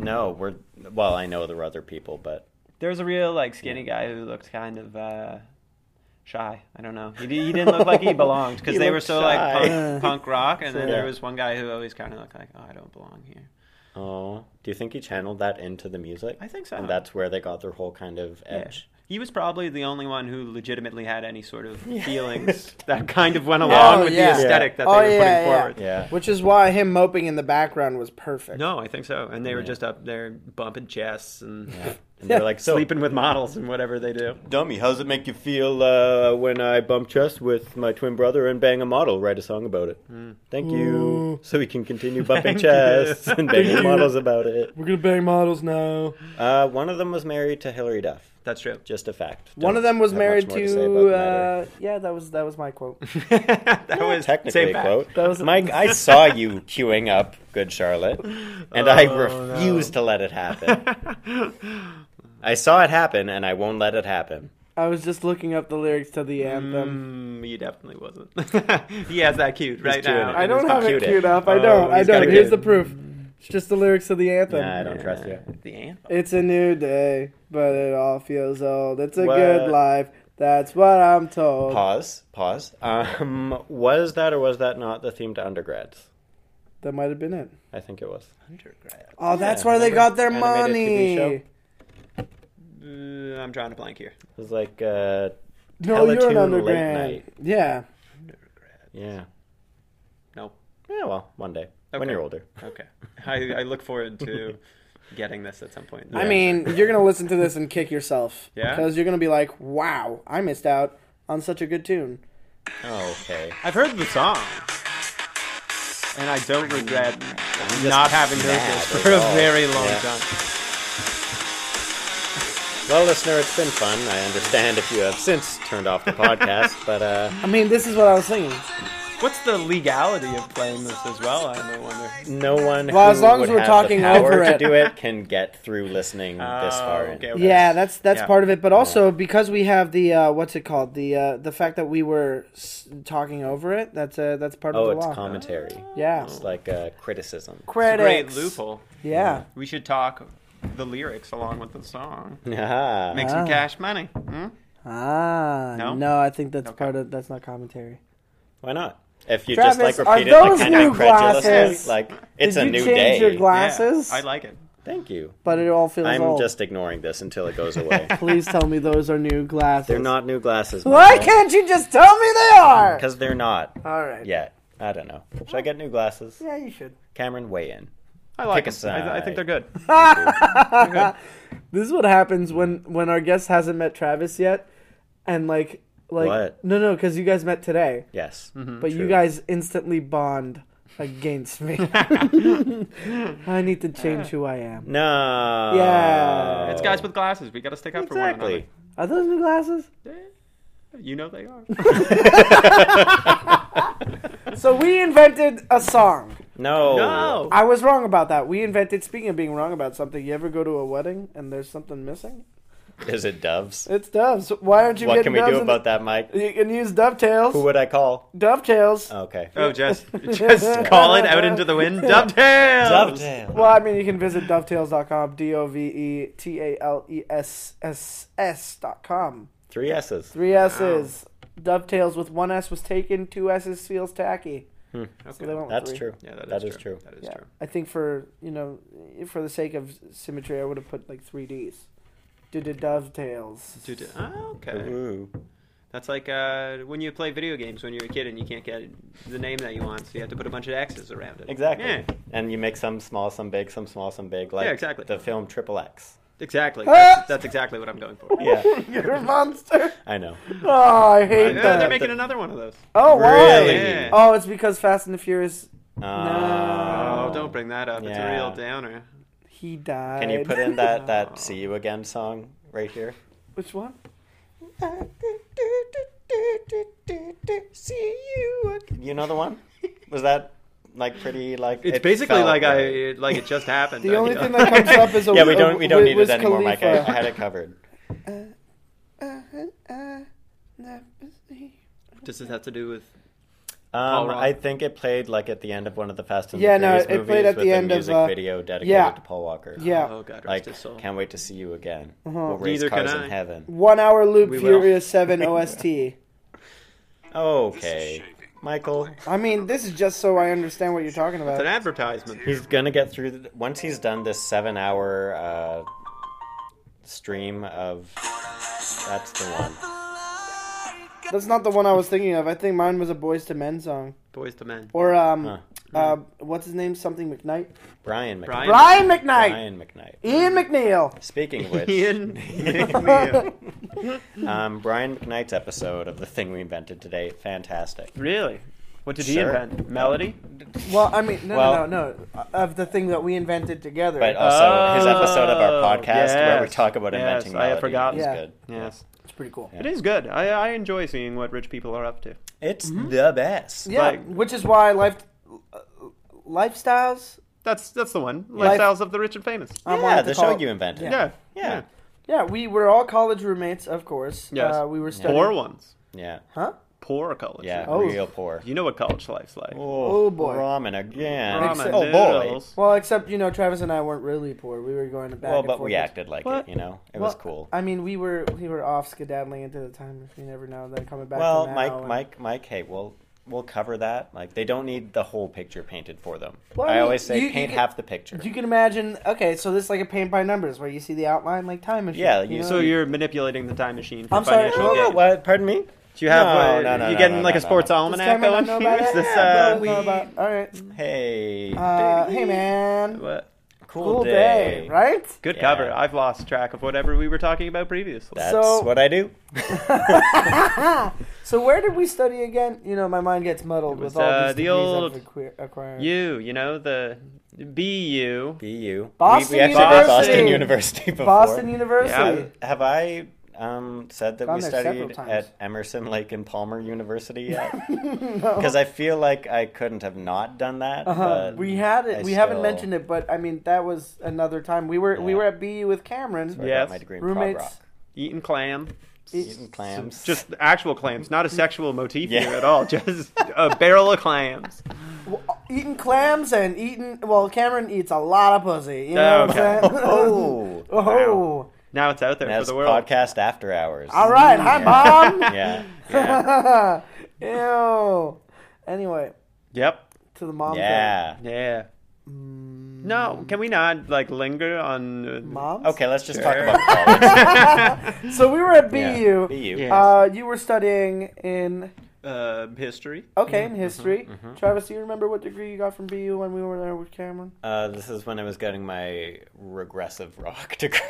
No, we're well. I know there were other people, but
There was a real like skinny guy who looked kind of uh, shy. I don't know. He, di- he didn't look like he belonged because
He
they were
looked
so
shy.
like punk, punk rock, and then
Sure.
there was one guy who always kind of looked like, oh, I don't belong here.
oh, do you think he channeled that into the music?
I think so.
And that's where they got their whole kind of
Yeah.
edge.
He was probably the only one who legitimately had any sort of feelings that kind of went
Yeah.
along
Oh,
with
yeah.
the aesthetic that
Oh,
they were
yeah,
putting
yeah.
forward.
Yeah.
Which is why him moping in the background was perfect.
No, I think so. And they were just up there bumping chests and
And they're like, so
sleeping with models and whatever they do.
dummy, how's it make you feel uh, when I bump chest with my twin brother and bang a model? Write a song about it.
Hmm.
Thank you. So we can continue bumping
Thank
chests and banging
you.
models about it.
We're gonna bang models now.
Uh, one of them was married to Hillary Duff.
That's true.
Just a fact.
One
Don't
of them was
have much
married
more to
to.
say about the matter.
uh, yeah, that was that was my quote.
that was
technically
same
a
fact.
quote.
That was-
Mike, I saw you queuing up Good Charlotte, and I
Oh,
refuse to let it happen. I saw it happen, and I won't let it happen.
I was just looking up the lyrics to the anthem.
Mm, he definitely wasn't. he has that queued right
doing
now.
it.
I don't
he's
have
cute,
it
eh?
queued up. I
Oh,
don't. I
he's gotta
don't. Here's
get-
the proof. It's just the lyrics to the anthem.
Nah, I don't trust you.
Uh, The anthem.
It's a new day, but it all feels old. It's a
What?
good life. That's what I'm told.
Pause. Pause. Um, was that or was that not the theme to undergrads?
That might have been it.
I think it was.
Undergrad.
Oh, that's where they
remember
got their
animated TV show?
money.
Uh, I'm drawing a blank here.
It was like uh,
No, you're an
Teletoon
undergrad.
late night.
Yeah.
yeah,
No.
yeah. Well, one day when
Okay.
you're older.
Okay. I, I look forward to getting this at some point.
I mean, you're gonna listen to this and kick yourself.
Yeah?
Because you're gonna be like, "Wow, I missed out on such a good tune."
Oh, okay.
I've heard the song. And I don't regret not having heard
mad
this
at
for a
all.
very long
Yeah.
time.
Well, listener, it's been fun. I understand if you have since turned off the podcast, but uh,
I mean, this is what I was thinking.
What's the legality of playing this as well? I wonder.
no one
Well,
who
as long as
would
we're
have
talking
the power
over it.
to do it can get through listening this
Oh,
far. in.
okay, okay.
Yeah, that's that's
Yeah.
part of it, but also because we have the uh, what's it called the uh, the fact that we were s- talking over it. That's uh, that's part
Oh,
of the
it's
law.
commentary.
Yeah,
Oh.
It's like uh, criticism.
It's a great
credits.
loophole.
Yeah,
We should talk the lyrics along with the song.
Ah.
Make
Ah.
some cash money. Hmm?
ah, no?
No?
I think that's
Okay.
part of that's not commentary.
Why not? If you
Travis,
just
are
like repeat it like
those
kind of
new
incredulously,
glasses?
like it's
Did
a
you
new
change
day.
your
Yeah,
glasses?
I like it.
Thank you.
but it all feels
I'm
old.
just ignoring this until it goes away.
Please tell me those are new glasses.
they're not new glasses.
Why can't you just tell me they are?
Because they're not
All right.
yet. I don't know. Should I get new glasses?
Yeah, you should.
Cameron, weigh in.
I like
Pick a
it. I, I think they're
side.
good.
This is what happens when when our guest hasn't met Travis yet, and like like
What?
no no because you guys met today,
Yes.
Mm-hmm.
but you
true.
guys instantly bond against me. I need to change who I am.
No.
Yeah.
It's guys with glasses. We got to stick up for one
Exactly.
another.
Are those new glasses?
You know they are.
So we invented a song.
No.
No.
I was wrong about that. We invented. Speaking of being wrong about something, you ever go to a wedding and there's something missing?
Is it doves?
It's doves. Why aren't you?
What
getting
can we
doves
do
in
about that, Mike?
the- You can use dovetails.
Who would I call?
Dovetails.
Okay.
Oh, just just call it out into the wind. Dovetail.
Dovetail.
Well, I mean, you can visit dovetails.com, D O V E T A L E S S S dot com.
Three S's.
Three S's. Dovetails with one S was taken, two S's feels tacky. So they went with
That's
three.
true.
Yeah,
that is true.
That is
Yeah.
true.
I think for, you know, for the sake of symmetry, I would have put like three D's. Do the dovetails.
Dude, uh, okay.
Ooh.
That's like uh, when you play video games when you're a kid and you can't get the name that you want, so you have to put a bunch of X's around it.
Exactly.
Yeah.
And you make some small, some big, some small, some big. Like
Yeah, exactly.
the film Triple X.
Exactly. That's, that's exactly what I'm going for.
Yeah,
You're a monster.
I know.
Oh, I
Yeah,
hate
they're
that.
making another one of those.
Oh, why?
Really?
Yeah.
Oh, it's because Fast and the Furious.
Oh,
Uh,
don't bring that up. It's a
Yeah.
real downer.
He died.
Can you put in that that "See You Again" song right here?
Which one?
See you. Again. You know the one? Was that like pretty like?
It's
it
basically
felt
like I like it just happened.
The only
I-
thing that comes up is a
Yeah, we don't
a-
we don't need
Wiz
it anymore, Mike. I,
Khalifa.
I had it covered.
Does this have to do with?
Um,
Walker.
I think it played like at the end of one of the Fast and
Yeah,
the
no,
Furious
it played
movies
at
with
the
a
end of,
music
uh,
video dedicated
yeah.
to Paul Walker.
Yeah.
Oh God, rest
like
his soul.
can't wait to see you again.
Uh-huh.
We'll race
Neither can
cars
I.
in heaven.
One hour loop
We will.
Furious 7 OST.
Okay, Michael.
I mean, this is just so I understand what you're talking
It's an
about.
advertisement.
He's gonna get through. The, once he's done this seven-hour uh, stream of, that's the one.
That's not the one I was thinking of. I think mine was a Boys to Men song.
Boys to Men.
Or, um,
Huh.
uh, what's his name? Something McKnight?
Brian McKnight.
Brian.
Brian McKnight!
Brian McKnight.
Ian McNeil!
Speaking of which,
Ian McNeil.
um, Brian McKnight's episode of the thing we invented today, fantastic.
really? What did he
Sure.
invent? Melody?
Well, I mean, no,
Well-
no, no, no. Of the thing that we invented together.
But also his episode of
Oh,
our podcast where we
yes.
talk about inventing
Yes, I had
melody
forgotten.
is
Yeah.
good.
Yes.
it's pretty cool.
Yeah.
It is good. I, I enjoy seeing what rich people are up to.
It's
Mm-hmm.
the best.
Yeah,
Like-
which is why life, uh, lifestyles.
That's that's the one.
Life-
Lifestyles of the rich and famous.
I
Yeah,
wanted to
the
call
show
it-
you invented.
Yeah.
Yeah.
Yeah, we were all college roommates, of course.
Yes.
Uh, we were studying.
Poor ones.
Yeah.
Huh?
Poor college.
Yeah.
Oh.
Real poor.
You know what college life's like.
Oh,
Oh, boy.
Ramen again.
Ramen
oh boy.
noodles.
Well, except you know, Travis and I weren't really poor. We were going to back
Well,
and
but
forth.
we acted like
What?
it, you know? It was
Well,
cool.
I mean, we were we were off skedaddling into the time machine every now and then, coming back.
Well,
to now
Mike,
and-
Mike, Mike, hey, we'll we'll cover that. Like they don't need the whole picture painted for them.
Well, I
I,
mean,
always say
you- you
paint
can-
half the picture.
You can imagine. Okay, so this is like a paint by numbers where you see the outline like time machine.
Yeah, you-
know?
So you're manipulating the time machine for
I'm sorry,
financial
no, no,
gain.
what? Pardon me?
Do you have?
No,
uh,
no, no,
you
no,
getting
no,
like
no,
a sports
no.
Does
almanac
Cameron
going?
not know about
Is
it?
this
Yeah,
uh,
Cameron doesn't know about- All right.
Hey.
Uh,
baby.
hey man,
what?
Cool,
cool day, right?
Good
Yeah.
cover. I've lost track of whatever we were talking about previously.
That's
So-
what I do.
So where did we study again? You know, my mind gets muddled
It was,
with all
uh,
these
the
degrees
old
I've acquir- acquired.
you, you know the BU.
Be you.
Boston
we, we actually did Boston
University.
University before.
Boston University.
Have, have I um, said that
Gone
we
there several
studied
times.
at Emerson Lake and Palmer University yet? Because I feel like I couldn't have not done that.
Uh,
but
we had it.
I
we haven't
still-
mentioned it, but I mean that was another time. We were we
Yeah.
were at BU with Cameron.
I got
Yes.
my degree in prog rock.
Roommates.
Eating clam.
Eating clams.
Just actual clams, not a sexual motif
Yeah.
here at all. Just a barrel of clams.
Eating clams and eating. Well, Cameron eats a lot of pussy. You know
Okay.
what I'm saying?
oh,
oh.
Wow. Now it's out there
that's
for the world.
podcast after hours.
All right. Hi, mom.
Yeah, yeah,
Ew. Anyway,
Yep.
to the mom.
yeah.
Yeah.
Mm.
No, can we not like linger on? uh,
Thing. Moms.
Okay, let's just talk about college.
So we were at BU.
Yeah, Be you.
Yeah.
Uh, you were studying in
Uh, history.
okay
Mm-hmm.
in history. Travis, do you remember what degree you got from BU when we were there with Cameron?
Uh, this is when I was getting my regressive rock degree.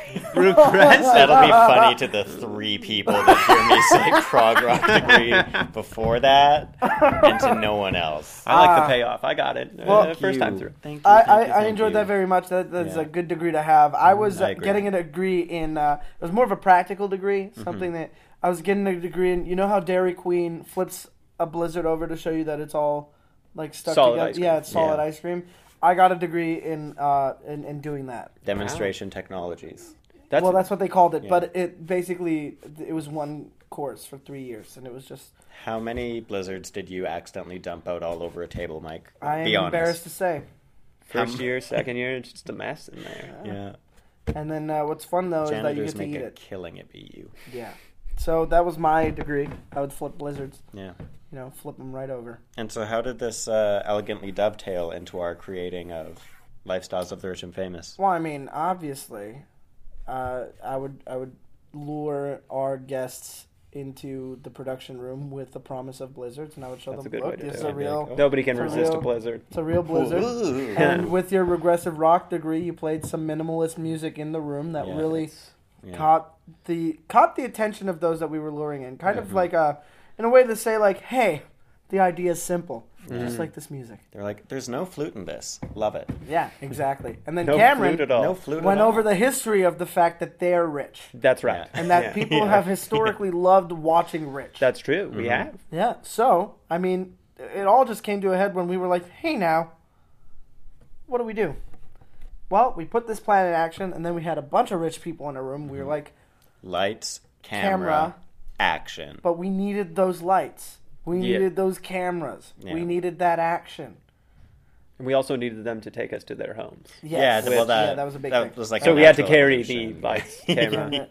Regressive.
That'll be funny to the three people that hear me say prog rock degree before that, and to no one else.
I like
Ah.
the payoff. I got it. Uh,
Well,
first time through.
Thank you.
I,
thank
I,
you,
I
thank
enjoyed
you.
that very much. That, that's
Yeah.
a
Mm,
good degree to have. I was
I
uh,
agree. Mm-hmm.
getting a degree in uh, it was more of a practical degree, something that I was getting a degree in. You know how Dairy Queen flips a blizzard over to show you that it's all like stuck
Solid
together.
ice cream.
Yeah, it's solid
Yeah.
ice cream. I got a degree in uh, in, in doing that.
Demonstration technologies.
That's,
well, that's what they called it, but it basically it was one course for three years, and it was just
How many blizzards did you accidentally dump out all over a table, Mike?
I am
Be honest.
embarrassed to say.
first year, second year. It's just a mess in there.
Yeah.
And then uh, what's fun though is that you
Janitors
get to
make
eat
a
it.
killing at BU.
Yeah. So that was my degree. I would flip blizzards.
Yeah.
You know, flip them right over.
And so, how did this uh, elegantly dovetail into our creating of lifestyles of the rich and famous?
Well, I mean, obviously, uh, I would I would lure our guests into the production room with the promise of blizzards, and I would show
That's a
them,
good way
look,
to
this
do
is
it.
a
I'd be
real,
like, "Oh,
Nobody can
For
resist
real.
a blizzard.
it's a real blizzard.
Ooh.
And with your regressive rock degree, you played some minimalist music in the room that
Yeah,
really
it's- yeah.
caught the caught the attention of those that we were luring in. Kind of
Mm-hmm.
Mhm.
like a, in a way to say like, hey, the idea is simple,
Mm-hmm.
just like this music.
They're like, there's no flute in this. Love it.
Yeah, exactly. And then
No
Cameron
flute at all.
No flute.
Oh. went
at all.
over the history of the fact that they are rich
That's right.
Yeah.
and that
Yeah.
people
Yeah.
have historically loved watching rich.
That's true. We have.
yeah. So I mean, it all just came to a head when we were like, "Hey, now, what do we do?" Well, we put this plan in action, and then we had a bunch of rich people in a room.
Mm-hmm.
We were like,
lights, camera,
Camera.
action.
"But we needed those lights. We
Yeah.
needed those cameras.
Yeah.
We needed that action."
And we also needed them to take us to their homes.
Yes.
Yeah, well, that,
yeah, that was a big thing.
was like
So
a
we had to
natural
carry
evolution.
the lights, camera,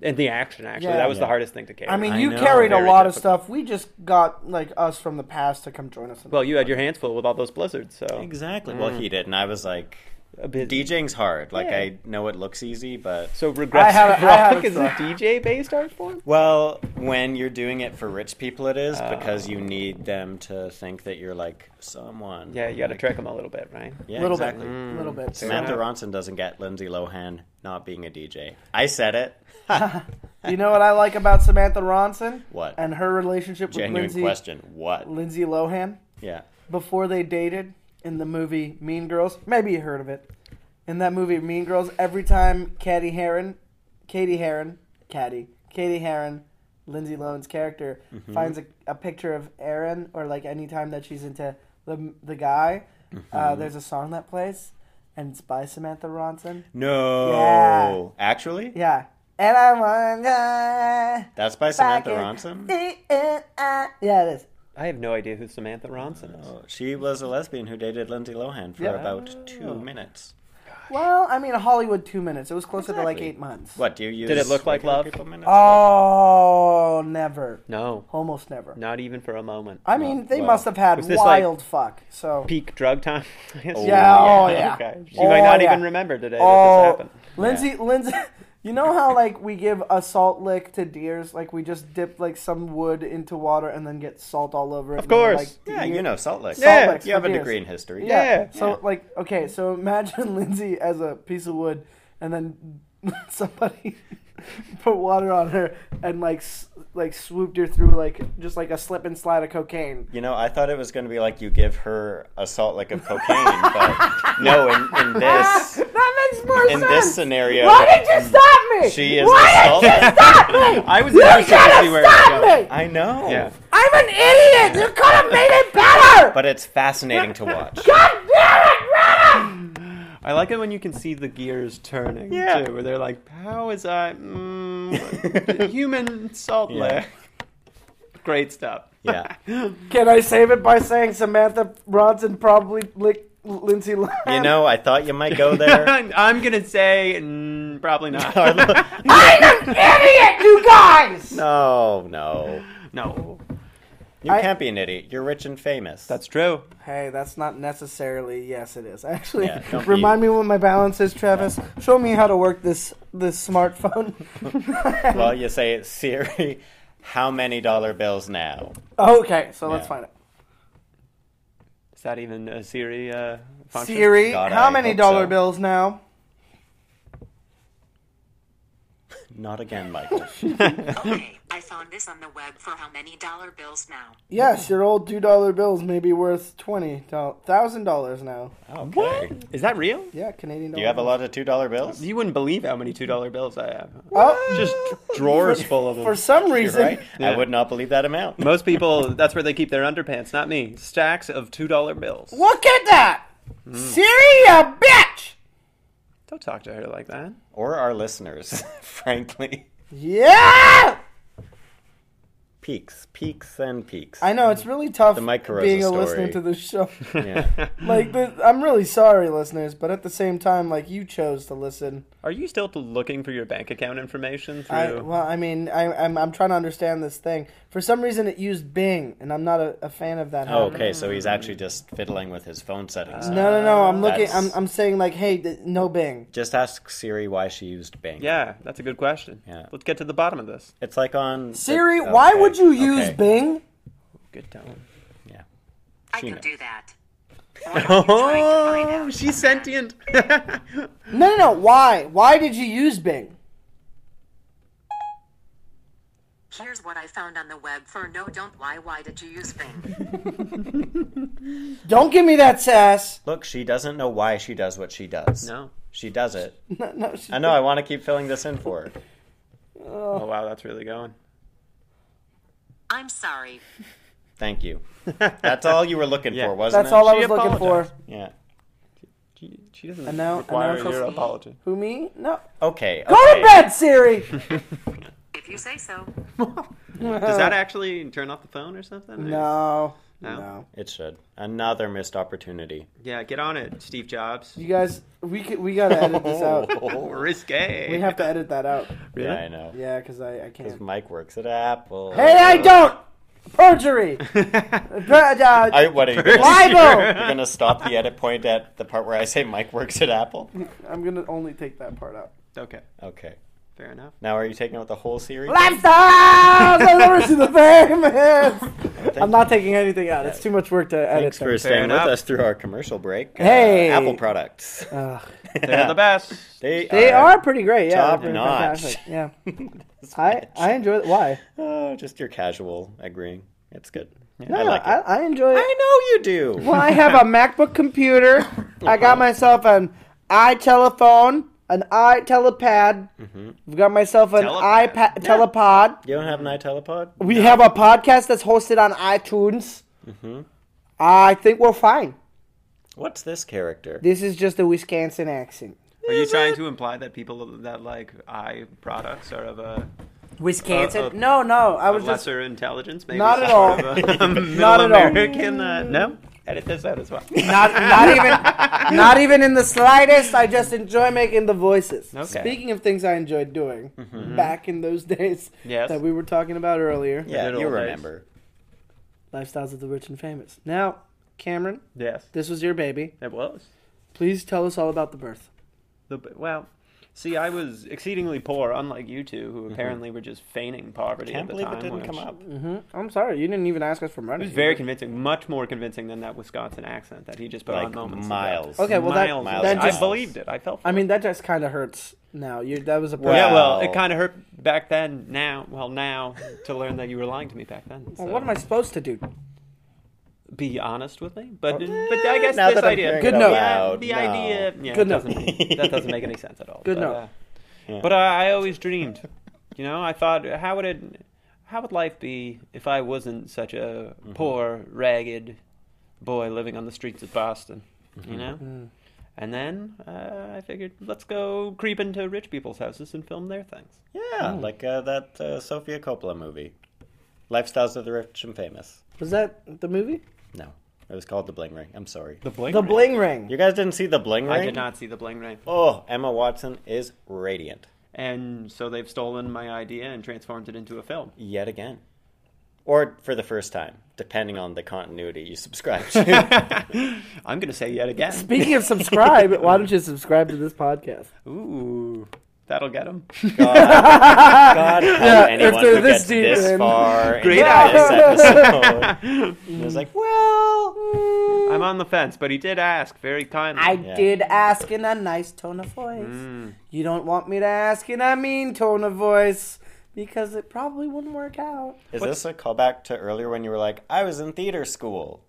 and the action. Actually,
Yeah.
that was
Yeah.
the hardest thing to carry.
I mean,
I
you
know.
carried a
Very
lot of
difficult.
stuff. We just got like us from the past to come join us. In
well, you had your hands full with all those blizzards. So
exactly. Well,
Mm.
he did, and I was like,
a bit.
DJing's hard. Like
Yeah.
I know it looks easy, but
so regressive
I had a- I had
rock
a
is a
thought.
DJ based art form.
well, when you're doing it for rich people, it
Oh.
is because you need them to think that you're like someone.
Yeah, you got to
Like,
trick them a little bit, right?
Yeah,
little
exactly. Mm.
bit, little bit.
Samantha
Yeah.
Ronson doesn't get Lindsay Lohan not being a DJ. I said it.
you know what I like about Samantha Ronson?
What?
And her relationship with
Genuine
Lindsay
question. What?
Lindsay Lohan
Yeah.
before they dated in the movie Mean Girls. Maybe you heard of it. In that movie Mean Girls, every time Katie Heron, Katie Heron, Katie, Katie Heron, Lindsay Lohan's character
Mm-hmm.
finds a, a picture of Aaron, or like any time that she's into the the guy,
Mm-hmm.
uh, there's a song that plays, and it's by Samantha Ronson.
No. Actually,
Yeah. And I wonder.
that's by
back
Samantha
in
Ronson.
the end, I- Yeah, it is.
I have no idea who Samantha Ronson is.
Oh, she was a lesbian who dated Lindsay Lohan for
Yeah. Oh.
about two minutes.
Well, I mean, Hollywood two minutes. It was closer to like
Exactly.
eight months.
What do you use?
Did it look like
regular
love?
People minutes?
Oh, never.
No,
Almost never.
not even for a moment.
I mean, they
well,
must have had
was this,
wild fuck. So
Peak drug time.
yeah, oh yeah.
Okay. She
Oh,
might not
yeah.
even remember today that this
Oh,
happened.
Lindsay, Lindsay, you know how like we give a salt lick to deers, like we just dip like some wood into water and then get salt all over it.
Of
and then,
course.
yeah,
deer-
you know Salt Lake.
Salt
Yeah,
licks
you have
for
a
deers.
degree in history.
Yeah.
Yeah.
So
Yeah.
like, okay, so imagine Lindsay as a piece of wood, and then somebody put water on her and like s- like swooped her through like just like a slip and slide of cocaine.
You know, I thought it was going to be like you give her a salt lick of cocaine, but no. In, in this,
that makes more
in this scenario,
you stop me?
she is the salt. lick.
stop me?
I was interested to see where it was going.
I know.
Yeah.
I'm an idiot. You could have made it better.
But it's fascinating to watch.
God damn it,
I like it when you can see the gears turning
Yeah.
too, where they're like, "How is I mm, human salt
Yeah.
lick?" Great stuff.
Yeah.
Can I save it by saying Samantha Bronson probably licked Lindsay Lohan?
You know, I thought you might go there.
I'm gonna say mm, probably not.
no,
I'm an idiot, you guys.
no.
no,
You
I-
can't be an idiot. You're rich and famous.
that's true.
Hey, that's not necessarily. Yes, it is. Actually,
Yeah, don't
remind me what my balance is, Travis. Show me how to work this this smartphone.
well, you say it, Siri. How many dollar bills now?
Oh, okay, so let's
Yeah.
find it.
Is that even a Siri uh, function?
Siri,
God,
how
I
many
hope
dollar
so.
bills now?
Not again, Michael.
Okay, I found this on the web for how many dollar bills now.
Yes, your old two dollar bills may be worth twenty thousand dollars now.
Okay.
Is that real?
Yeah, Canadian.
Do you have a lot of two dollar bills?
You wouldn't believe how many two dollar bills I have.
Oh,
Just drawers full of them.
for some reason,
Right? I
Yeah.
would not believe that amount.
Most people, that's where they keep their underpants, not me. Stacks of two dollar bills.
look at that,
Hmm.
Siri, you bitch.
Don't talk to her like that.
Or our listeners, frankly.
Yeah.
peaks, peaks, and peaks.
I know it's really tough
The Mike Carozza
being a
story.
listener to this show.
Yeah.
like, the, I'm really sorry, listeners, but at the same time, like, you chose to listen.
Are you still looking for your bank account information through?
I, well, I mean, I, I'm I'm trying to understand this thing. For some reason, it used Bing, and I'm not a, a fan of that.
Oh, okay, so he's actually just fiddling with his phone settings.
No, no, no. I'm looking. I'm,
Uh, That's-
I'm saying like, hey, th- no Bing.
Just ask Siri why she used Bing.
yeah, that's a good question.
Yeah.
Let's get to the bottom of this.
It's like on the- oh,
Siri, why
okay,
would you use
okay.
Bing?
Good tone.
Yeah.
I
She
can
knows.
do that. Or are you trying to find out?
she's sentient.
No, no, no. Why? Why did you use Bing?
Here's what I found on the web for no don't lie. Why did you use Bing?
Don't give me that sass.
Look, she doesn't know why she does what she does.
no.
She does it.
No, no. She,
I know, I want to keep filling this in for her.
Oh wow, that's really going.
I'm sorry.
Thank you. That's all you were looking
Yeah.
for, wasn't
that's
it?
all I
She
was looking for.
apologized.
Yeah.
She, she doesn't
And now- and now
require
she'll
your
see.
apology.
Who me? No.
Okay.
Go
okay.
to bed, Siri.
If you say so.
Does that actually turn off the phone or something?
Uh, No.
No?
No.
It should. Another missed opportunity.
Yeah, get on it, Steve Jobs.
You guys, we could, we gotta edit this out.
Oh, risque.
We have to edit that out.
Really?
Yeah, I know.
Yeah, because I, I
His
can't.
mic works at Apple.
Hey, I don't. Perjury. Per- uh,
I, what are you gonna,
libel.
You're gonna stop the edit point at the part where I say Mike works at Apple?
I'm gonna only take that part out.
okay,
Okay.
fair enough.
Now are you taking out the whole series?
Lifestyles of the rich and the famous. I'm not taking anything out. It's too much work to edit.
Thanks for
things.
staying
enough.
with us through our commercial break. Uh,
Hey.
Apple products.
Ugh.
They're the best.
They,
They are pretty great. Yeah,
uh, top
they're pretty
notch.
fantastic. Yeah, I I enjoy it. Why?
Oh, just your casual agreeing. It's good.
No,
I
no,
like it.
I, I enjoy it.
I know you do.
Well, I have a MacBook computer. I got myself an iTelephone, an iTelepad. I've got myself an
Mm-hmm. Telepad.
iPad telepod.
You don't have an iTelepod?
We have a podcast that's hosted on iTunes.
Mm-hmm.
I think we're fine.
What's this character?
This is just a Wisconsin accent.
Are you trying to imply that people that like eye products are of a,
Wisconsin?
Uh, uh,
no, no. I
a
was just
lesser intelligence? Maybe
Not
some
at all.
sort of a middle
Not at all.
American. Uh, no, edit this out as well.
not, not even not even in the slightest. I just enjoy making the voices.
Okay. Mm-hmm.
Speaking of things I enjoyed doing back in those days
Yes.
that we were talking about earlier,
yeah,
Good
you
old days.
remember.
lifestyles of the rich and famous. Now, Cameron,
Yes,
this was your baby.
it was.
Please tell us all about the birth.
The well, see, I was exceedingly poor, unlike you two, who apparently were just feigning poverty.
Mm-hmm. Can't
at the
believe
time,
it didn't
which-
come up.
I'm sorry, you didn't even ask us for
It
money.
was very convincing, much more convincing than that Wisconsin accent that he just put
Like
on moments
miles.
ago.
Okay, well, that-
miles
that
away. I
just-
believed it. I felt.
I mean, that just kind of hurts. Now, you that was a
Well,
yeah, well,
Wow.
it kind of hurt back then. Now, well, now to learn that you were lying to me back then.
Well,
so
what am I supposed to do?
Be honest with me, but but I guess
Now
this
that I'm
idea,
hearing
Good
it out
note.
loud,
the
no.
idea, yeah,
Good
it
note.
doesn't- that doesn't make any sense at all.
Good
but,
note.
uh,
Yeah.
But I, I always dreamed, you know. I thought, how would it, how would life be if I wasn't such a
Mm-hmm.
poor, ragged boy living on the streets of Boston,
Mm-hmm.
you know? And then uh, I figured, let's go creep into rich people's houses and film their things.
Yeah,
Hmm.
like uh, that uh, Sofia Coppola movie, Lifestyles of the Rich and Famous.
Was that the movie?
No, it was called The Bling Ring. I'm sorry.
The bling.
The Bling Ring.
You guys didn't see The Bling Ring?
I did not see the bling ring,
Oh, Emma Watson is radiant
and so they've stolen my idea and transformed it into a film.
yet again, or for the first time, depending on the continuity you subscribe to.
I'm gonna say yet again.
Speaking of subscribe, why don't you subscribe to this podcast?
Ooh, that'll get them.
God, God help anyone
they're
who
this
gets
deep
this
in.
far
Great
into this episode. And it was like, well, mm,
I'm on the fence, but he did ask very kindly.
I
Yeah.
did ask in a nice tone of voice.
Mm.
You don't want me to ask in a mean tone of voice because it probably wouldn't work out.
is this a callback to earlier when you were like, I was in theater school?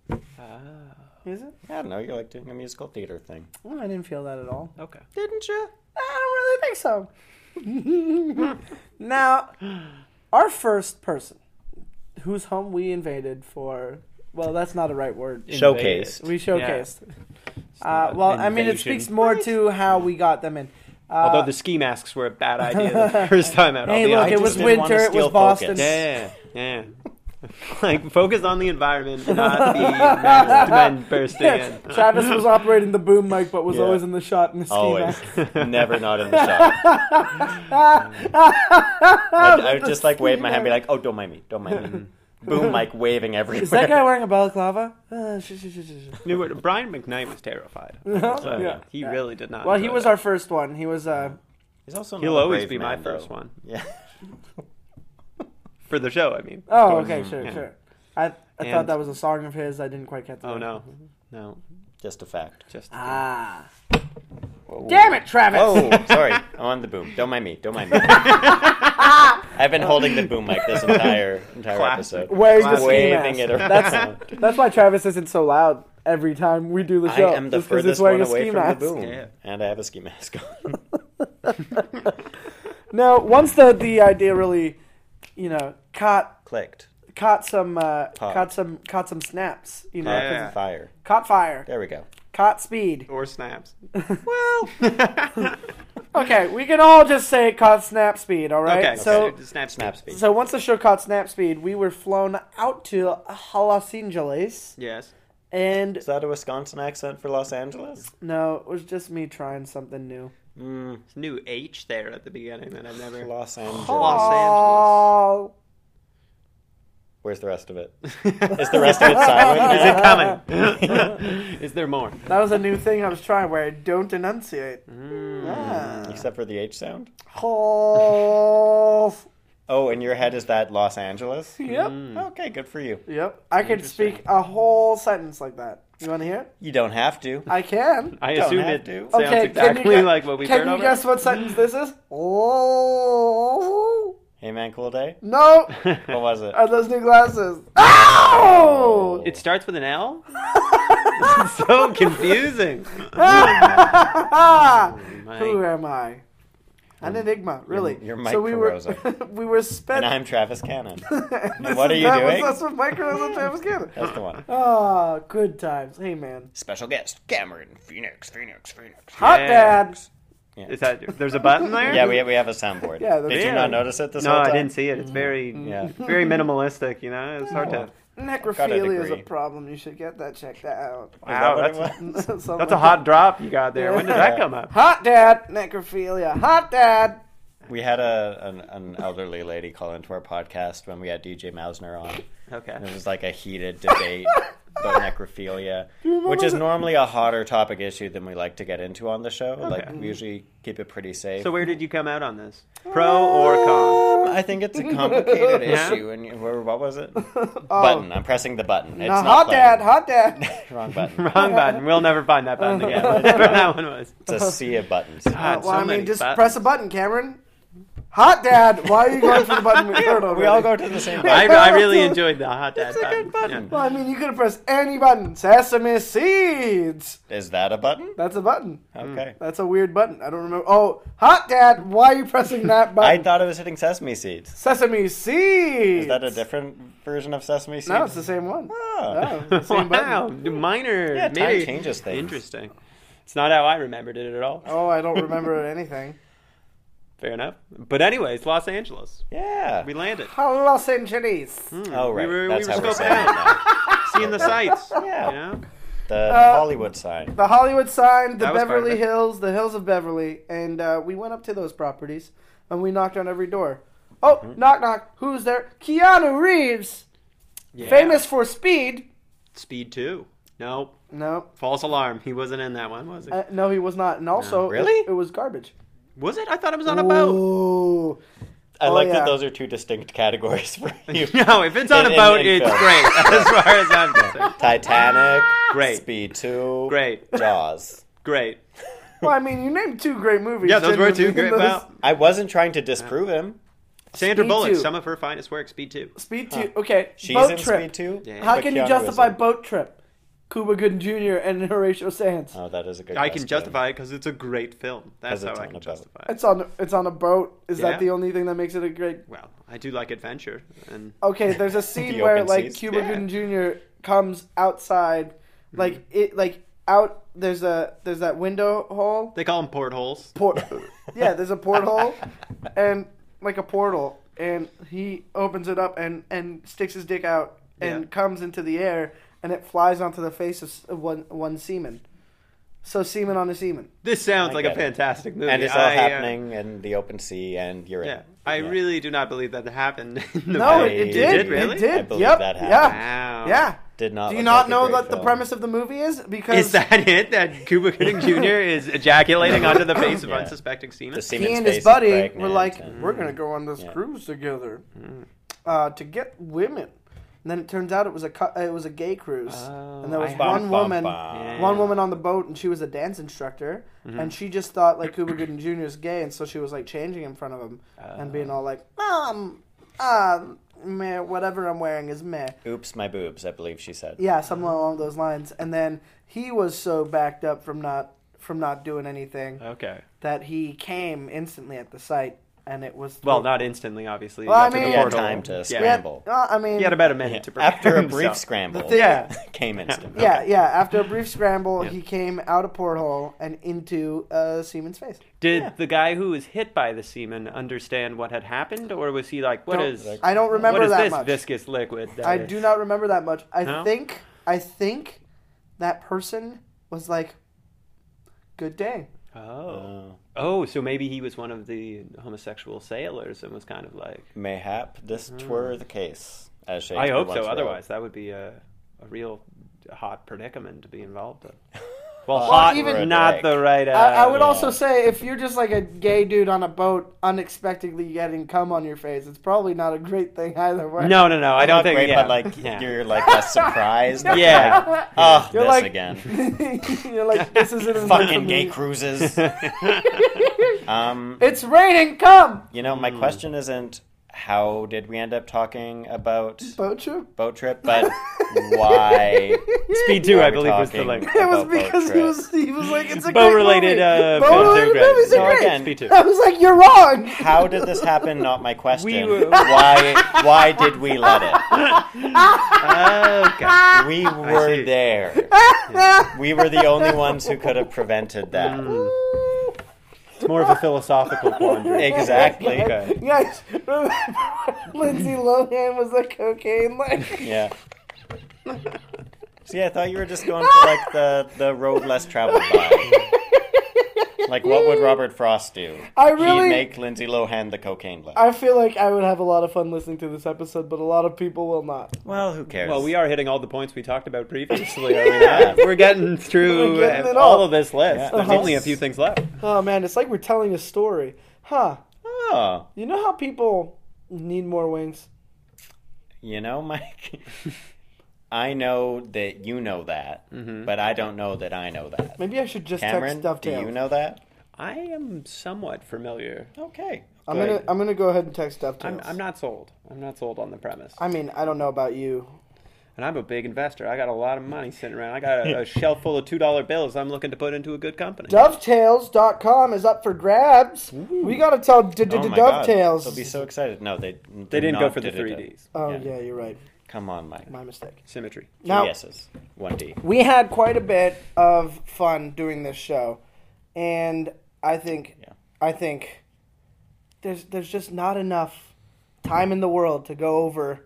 Is it?
I don't know. You're like doing a musical theater thing,
Well, I didn't feel that at all.
okay.
didn't you?
I don't really think so. now, our first person whose home we invaded for, well, that's not a right word.
Showcased.
We showcased. Uh,
not
well, I mean, it
invasion.
speaks more to how we got them in.
Although the ski masks were a bad idea the first time out. I'll
Uh, Hey,
be
look,
honest.
it
just
was
didn't wanna
winter. It
steal
was Boston.
focus.
Yeah, yeah. like focus on the environment, not the masked men bursting
Yes, Travis was operating the boom mic, but was
Yeah.
always in the shot in the ski
Always.
mask.
Never not in the shot. I'd, I would just like wave my hand and be like, oh, don't mind me. Don't mind me. Boom, like waving everywhere.
Is that guy wearing a balaclava? Uh, sh- sh- sh- sh- sh-
in. Dude, Brian McKnight was terrified.
No? Yeah.
He really did not.
Well, he
enjoy
was
that.
our first one. He was uh,
He's also
He'll
not a
always
brave
be my
man,
first
though.
one
Yeah.
for the show. I mean.
Oh, okay, sure,
Yeah.
sure. I, I thought
And-
that was a song of his. I didn't quite catch that.
Oh no, no,
Just a fact.
just
Ah. Damn it, Travis!
Oh, sorry. I'm on the boom. Don't mind me. Don't mind me. I've been holding the boom mic this entire entire
Classic.
episode.
Where's the ski
waving
mask?
it around.
That's that's why Travis isn't so loud every time we do the
I
show.
am the
just 'cause he's
furthest
wearing
one
a
away
ski
from
mask.
the boom,
Yeah.
and I have a ski mask on.
No, once the the idea really, you know, caught
Clicked.
caught some uh,
Caught.
caught some caught some snaps. You know,
Caught
'cause-
Yeah.
Fire.
caught fire,
There we go.
caught speed.
or snaps.
Well, okay, we can all just say it caught snap speed. All right,
Okay,
so.
so snap,
Snap speed.
So once the show caught snap speed, we were flown out to Los Angeles,
Yes.
and
Is that a Wisconsin accent for Los Angeles?
no, it was just me trying something new.
It's new H there at the beginning that I've never.
Los Angeles.
Los
Oh,
Where's the rest of it? Is the rest of it silent? Uh, Is it
Angeles. Coming. Is there more?
that was a new thing I was trying where I don't enunciate. Yeah.
Except for the H sound.
Half.
Oh, in your head is that Los Angeles?
Yep.
Hmm.
Okay, good for you.
Yep. I could speak a whole sentence like that. You want to hear it?
You don't have to.
I can.
I
Don't
assume
have
it
to.
sounds
okay.
exactly
can you gu-
like what we've
Can
heard
you
of Hmm.
guess what sentence this is? Oh.
Hey man, cool day.
No.
What was it?
Are those new glasses? Oh.
It starts with an L. It's so confusing.
Ah! Who am I? An
um,
enigma, really.
you're Mike
so we were
Carosa.
we were spent.
And I'm Travis Cannon.
This
what are
is-
you
that Was,
doing?
that's what Mike Carosa and Travis Cannon.
That's the one.
Oh, good times. Hey, man.
Special guest Cameron Phoenix, Phoenix, Phoenix.
Hot
Yeah.
dad.
Is that there's a button there?
Yeah, we, we have a soundboard.
Yeah,
Did
that's-
you not notice it this
No,
whole
I
time?
didn't see it.
Mm.
It's very,
Yeah.
very minimalistic. You know, it's hard to.
Necrophilia is a
degree.
problem. You should get that checked out.
Wow,
what it
that's,
was?
that's
that's a hot drop you got there. When did that
Yeah.
come up?
Hot dad. Necrophilia. Hot dad.
We had a an, an elderly lady call into our podcast when we had DJ Mausner on.
Okay.
It was like a heated debate about necrophilia, which is normally a hotter topic issue than we like to get into on the show. Like we usually keep it pretty safe.
Mm-hmm. So where did you come out on this? Pro or con?
I think it's a complicated
Yeah. Oh.
issue. And you- where- what was it? button. I'm pressing the button. It's
Now,
not
hot
playing.
dad. Hot dad.
Wrong button.
Wrong button. We'll never find that button again.
Yeah.
That's what that one was.
It's a sea of buttons.
well,
God, so
I mean,
many
just
buttons.
press a button, Cameron. Hot dad. Why are you going for the button? We, heard
We all go to the same.
I,
button.
I really enjoyed the hot dad button.
Well, I mean, you could have pressed any button. Sesame seeds.
Is that a button?
That's a button.
Okay.
That's a weird button. I don't remember. Oh, hot dad, why are you pressing that
I
button?
thought it was hitting sesame seeds.
Sesame seeds.
Is that a different version of sesame seeds?
No, it's the same one. Oh.
Ah.
No, it's the same
wow,
button.
minor.
Yeah, time
maybe.
changes things.
Interesting. It's not how I remembered it at all.
Oh, I don't remember anything.
Fair enough. But anyways, Los Angeles.
Yeah.
We landed. Hmm.
Oh, Los Angeles.
Oh right.
We were- we
That's
were
how we're
scoping
saying it now.
Seeing the sights.
Yeah.
You know?
The Hollywood sign.
The Hollywood sign, the
That was part of
Beverly
it.
Hills, the hills of Beverly, and uh, we went up to those properties and we knocked on every door. Oh,
Hmm.
knock knock. Who's there? Keanu Reeves,
Yeah.
famous for Speed.
Speed 2. No.
No,
False alarm. He wasn't in that one, was he?
uh, no, he was not. And also,
Really?
it, it was garbage.
was it? I thought it was on a boat.
Ooh.
I like
yeah.
that those are two distinct categories for you.
No, if it's on
In-
a
in-
boat,
in
it's
film.
great. As far as I'm concerned.
Titanic.
Great.
Speed two.
Great.
Jaws.
Great.
Well, I mean, you named two great movies.
Yeah, those were two
genuinely.
great. Well,
I wasn't trying to disprove him.
Sandra
Speed
Bullock,
two.
some of her finest work, Speed 2.
Speed two. Okay,
She's
boat
in
trip.
Speed two.
Yeah.
How
but
can you
Keanu
justify
isn't.
boat trip? Cuba Gooden Jr. and Horatio Sands.
Oh, that is a good.
I can
question.
justify it because it's a great film. That's
'Cause
how
it's
I
on
can
a boat.
justify it.
It's on. It's on a boat. Is
Yeah.
that the only thing that makes it a great?
Well, I do like adventure, and
Okay, there's a scene
The
where
open
like
seas?
Cuba
Yeah.
Gooden Jr. comes outside, like
Mm-hmm.
it, like out. There's a there's that window hole.
they call them portholes.
Port. yeah, there's a porthole, and like a portal. and he opens it up and and sticks his dick out and
Yeah.
comes into the air and it flies onto the face of s- of one one seaman. So semen on a semen.
This sounds like
get
a
it.
fantastic movie.
And it's all
I, uh,
happening in the open sea, and you're
Yeah,
in.
I
Yeah.
really do not believe that happened. in the
No,
I-
it,
movie.
it
It
did.
did,
really?
It did.
I believe
yep.
that happened.
Yeah.
Wow.
Yeah.
did not.
Do you
look
not
like a
know
great
what the
film.
premise of the movie is? Because
Is that it? That Cuba Gooding Jr. is ejaculating onto the face of
Yeah.
unsuspecting semen?
The seaman's
he and
face
his
is
buddy were
pregnant
like,
and-
"We're
Mm.
gonna go on this
Yeah.
cruise together uh, to get women." And then it turns out it was a cu- it was a gay cruise,
Oh,
and there was
I
Bum,
one
bum,
woman,
bum.
one woman on the boat, and she was a dance instructor,
Mm-hmm.
and she just thought like Cuba Gooding Jr. is gay, and so she was like changing in front of him and being
Oh.
all like, "Um, uh, meh, whatever I'm wearing is meh."
Oops, my boobs. I believe she said.
Yeah, something along those lines. And then he was so backed up from not from not doing anything
Okay.
that he came instantly at the site, and it was
Well, not instantly, obviously.
Well, I
Not to the
mean-
He had
portal.
time to
Yeah.
We had-
scramble.
uh, I mean,
He had about a minute to prepare
After a brief
himself.
scramble,
yeah,
came instantly.
yeah,
Okay.
yeah. After a brief scramble, he came out a porthole and into uh, Seaman's face.
Did the guy who was hit by the semen understand what had happened, or was he like, "What
Don't-
is?
I don't remember
what is
that
this
much.
viscous liquid?" that
I
is-
do not remember that much. I
No?
think I think that person was like, "Good day."
Oh.
Oh.
Oh, so maybe he was one of the homosexual sailors and was kind of like.
Mayhap this twere the case. As Shakespeare
Mm. I hope
once
so.
wrote.
Otherwise, that would be a, a real hot predicament to be involved in. Well,
Well,
hot,
even-
not the right. Uh,
I, I would
yeah.
also say if you're just like a gay dude on a boat, unexpectedly getting cum on your face, it's probably not a great thing either way.
No, no, no. I don't
Not
think.
great,
yeah.
but like
yeah.
you're like less surprised. like,
Yeah.
like, oh,
You're
this
like-
again.
you're like, this isn't enough for me.
Fucking gay cruises. um,
It's raining cum.
you know, my
Mm.
question isn't how did we end up talking about
Boat trip.
boat trip, but why?
Speed two,
are
I
we
believe, was the
talking
link.
It was
about boat
because he
trip?
was he was like it's a
Boat
great
related.
movie.
Uh,
Boat
films are
related
great.
movies are
So
great.
again,
Speed two.
I was like, you're wrong.
How did this happen? Not my question.
We were-
Why? Why did we let it?
Okay.
We were
see.
there. We were the only ones who could have prevented that.
Mm, It's more of a philosophical quandary.
Exactly.
Okay.
Guys, remember when Lindsay Lohan was a cocaine like.
Yeah. See, I thought you were just going for like the the road less traveled by. Like, what would Robert Frost do?
I really-
He'd make Lindsay Lohan the cocaine lady.
I feel like I would have a lot of fun listening to this episode, but a lot of people will not.
Well, who cares?
Well, we are hitting all the points we talked about previously. Are we
Yeah.
not? We're getting through
We're getting
uh,
it
all
all.
of this list.
Yeah.
There's
Uh-huh.
only a few things left.
Oh man, it's like we're telling a story, huh?
Oh,
You know how people need more wings.
you know, Mike. I know that you know that, but I don't know that I know that.
Maybe I should just text
Cameron,
Mm-hmm.
do
dovetails.
you know that?
I am somewhat familiar.
Okay.
I'm
good.
gonna I'm gonna go ahead and text dovetails.
I'm, I'm not sold. I'm not sold on the premise.
I mean, I don't know about you.
And I'm a big investor. I got a lot of money sitting around. I got a, a shelf full of two dollar bills. I'm looking to put into a good company.
Dovetails.com is up for grabs. We gotta tell d- d-
Oh
d-
my God,
dovetails.
They'll be so excited. No, they
They didn't go for the three Ds.
Oh
Yeah.
yeah, you're right.
Come on, Mike.
My mistake.
Symmetry.
Two
Now-
yeses, one D.
We had quite a bit of fun doing this show, and I think
Yeah.
I think there's there's just not enough time in the world to go over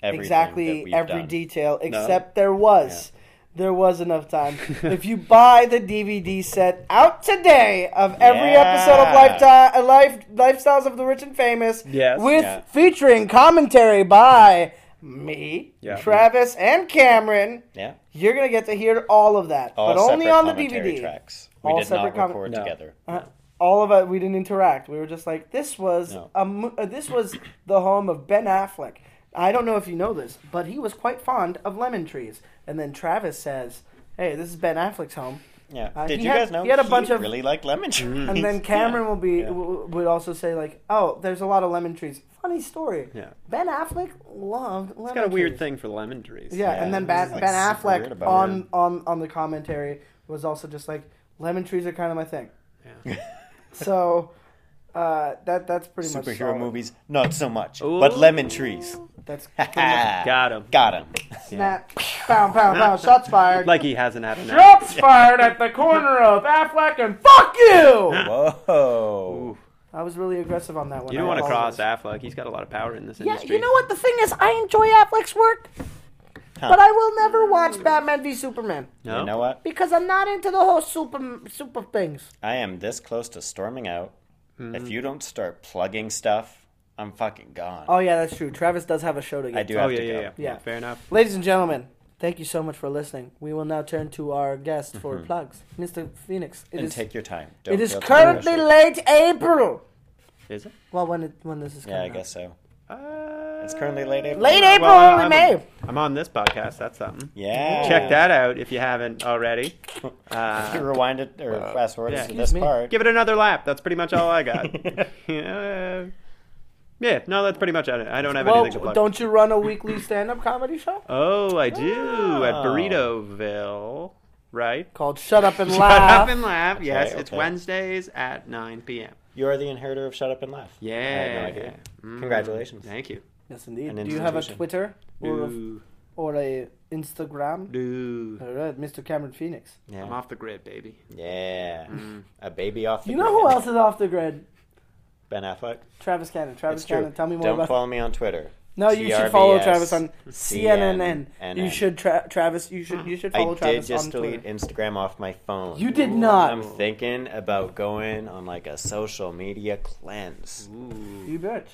Everything that
exactly
we've
every
done.
detail. Except there was. There was enough time. if you buy the DVD set out today of every
Yeah.
episode of Lifetime, uh, Life Lifestyles of the Rich and Famous,
Yes.
with
Yeah.
featuring commentary by me,
Yeah.
Travis, and Cameron,
Yeah.
you're gonna get to hear all of that,
All
but only
separate
on the
commentary
DVD.
tracks. We
All
did not
separate com-
record
No.
together.
Uh, all of it, we didn't interact. We were just like, this was
No.
a mo- uh, this was the home of Ben Affleck. I don't know if you know this, but he was quite fond of lemon trees. And then Travis says, "Hey, this is Ben Affleck's home."
Yeah.
Uh,
Did
he
you
had-
guys know
he had a bunch of- Mm-hmm.
really liked lemon trees?
And then Cameron will be w- would also say like, "Oh, there's a lot of lemon trees." Funny story.
Yeah.
Ben Affleck loved lemon.
It's got a weird
trees.
thing for lemon trees.
Yeah, and then
Yeah,
Ben,
he's, like,
ben
super weird
Affleck
about
on,
it.
on on the commentary was also just like lemon trees are kind of my thing. so uh, that that's pretty much
Superhero
solid.
movies, not so much.
Ooh.
But lemon trees.
That's
Got him.
Got him.
snap, pound, pound, pound. Shots fired.
Like he hasn't had enough.
shots fired at the corner of Affleck and fuck you.
Whoa.
I was really aggressive on that one.
You
I
don't want to
apologize.
cross Affleck. He's got a lot of power in this
Yeah,
industry.
you know what? The thing is, I enjoy Affleck's work, but I will never watch Batman v Superman
No?
You know what?
because I'm not into the whole super super things.
I am this close to storming out.
Mm-hmm.
If you don't start plugging stuff, I'm fucking gone.
Oh yeah, that's true. Travis does have a show to get.
I do
to.
Oh
have
yeah,
to
yeah,
go.
yeah,
Yeah.
Fair enough.
Ladies and gentlemen, thank you so much for listening. We will now turn to our guest for plugs, Mr. Phoenix. It
Mm-hmm. And
is-
take your time. Don't
it is
feel too
currently
pressured.
late April.
Is it?
Well, when it, when this is coming
Yeah, I
out.
guess so.
Uh,
It's currently late April.
late April,
well,
early
I'm,
May.
I'm on this podcast. That's something.
Yeah.
Check that out if you haven't already. Uh,
You rewind it or fast forward
yeah.
to
Excuse
this
me.
part.
give it another lap. That's pretty much all I got. yeah. yeah, no, that's pretty much it. I don't have anything to
Well,
plug.
don't you run a weekly stand-up comedy show
Oh, I do at
Oh.
Burritoville, right?
called "Shut Up and
Shut up
Laugh"?
and laugh. Yes,
okay.
it's Wednesdays at 9 p.m.
You are the inheritor of Shut Up and Laugh.
Yeah.
I had no idea.
Mm-hmm.
Mm.
Congratulations.
Thank you.
yes, indeed.
An
Do you have a
institution.
Twitter or a,
Do,
or a Instagram?
do.
All right, Mr. Cameron Phoenix.
I'm
Yeah.
off the grid, baby.
Yeah. A baby off
Mm-hmm.
the
You know
grid.
who else is off the grid?
Ben Affleck.
Travis Cannon. Travis
It's true.
Cannon. Tell me more
Don't
about.
follow me on Twitter.
no, you should follow
TRBS.
Travis on CNN. You
CNN.
should tra- Travis. You should you should
I
follow
did
Travis
just
on
delete
Twitter.
Instagram off my phone.
You did not.
I'm thinking about going on like a social media cleanse.
Ooh.
you bitch.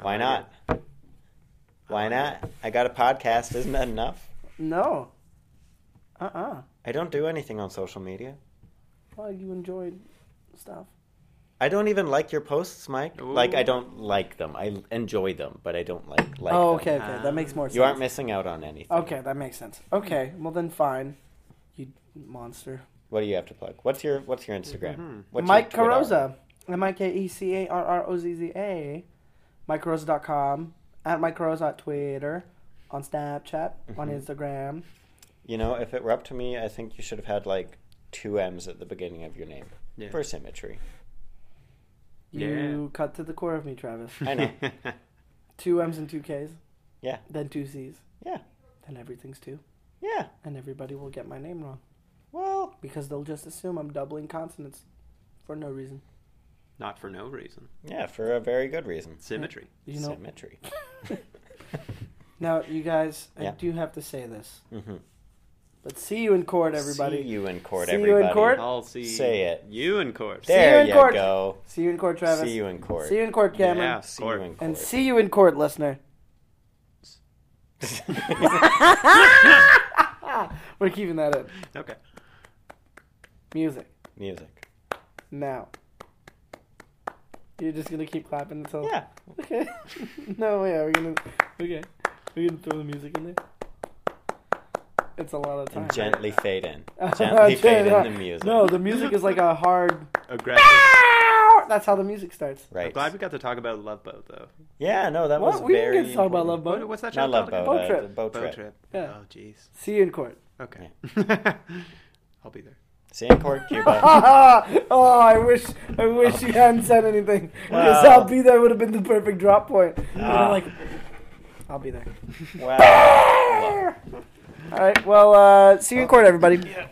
Why not? Why not? I got a podcast. Isn't that enough?
No. Uh uh
I don't do anything on social media.
Well, you enjoyed stuff.
I don't even like your posts, Mike.
Ooh.
Like I don't like them. I enjoy them, but I don't like like.
oh,
them.
okay, Oh. okay, that makes more sense.
You aren't missing out on anything.
Okay, that makes sense. Okay, well then, fine. You monster.
What do you have to plug? What's your What's your Instagram? What's
Mike
your Twitter?
Carozza. M I K E C A R R O Z Z A. MikeCarozza.com. At Mike Carozza at Twitter. On Snapchat. On
Mm-hmm.
Instagram.
You know, if it were up to me, I think you should have had like two M's at the beginning of your name
Yeah.
for symmetry.
You cut to the core of me, Travis.
I know.
two M's and two K's.
Yeah.
Then two C's.
yeah.
Then everything's two.
Yeah.
And everybody will get my name wrong.
Well,
Because they'll just assume I'm doubling consonants. For no reason.
Not for no reason.
yeah, for a very good reason.
Symmetry.
You know.
Symmetry.
Now, you guys,
Yeah.
I do have to say this.
hmm
But see you in court, everybody.
See you in court,
See you in
everybody.
court.
I'll see.
Say it.
You in court.
There
in
you
court.
go.
See you in court, Travis.
See you in court.
See you in court, Cameron.
Yeah,
See
court.
you in court.
And see you in court, listener. We're keeping that in.
Okay.
Music.
Music.
Now. You're just gonna keep clapping until
Yeah.
Okay. no, yeah, we're gonna Okay. We're gonna throw the music in there. It's a lot of time.
And gently fade in.
right?
Gently fade
Yeah.
in the music.
No, the music is like a hard
Aggressive.
that's how the music starts.
Right.
Glad we got to talk about Love Boat though.
Yeah, no, that was
What? We
very
didn't get to talk about Love
important.
Boat.
What, what's that show
Not Love Boat.
called
Boat
uh,
Trip.
the boat,
again?
trip.
Boat Trip.
Yeah.
Oh jeez.
See you in court.
Okay. I'll be there.
See you in court, Cuba.
oh, I wish, I wish you hadn't said anything because
Wow. Ah.
I'll be there would have been the perfect drop point. And I'm like, I'll be there.
wow.
All right. Well, uh, see you in court, everybody.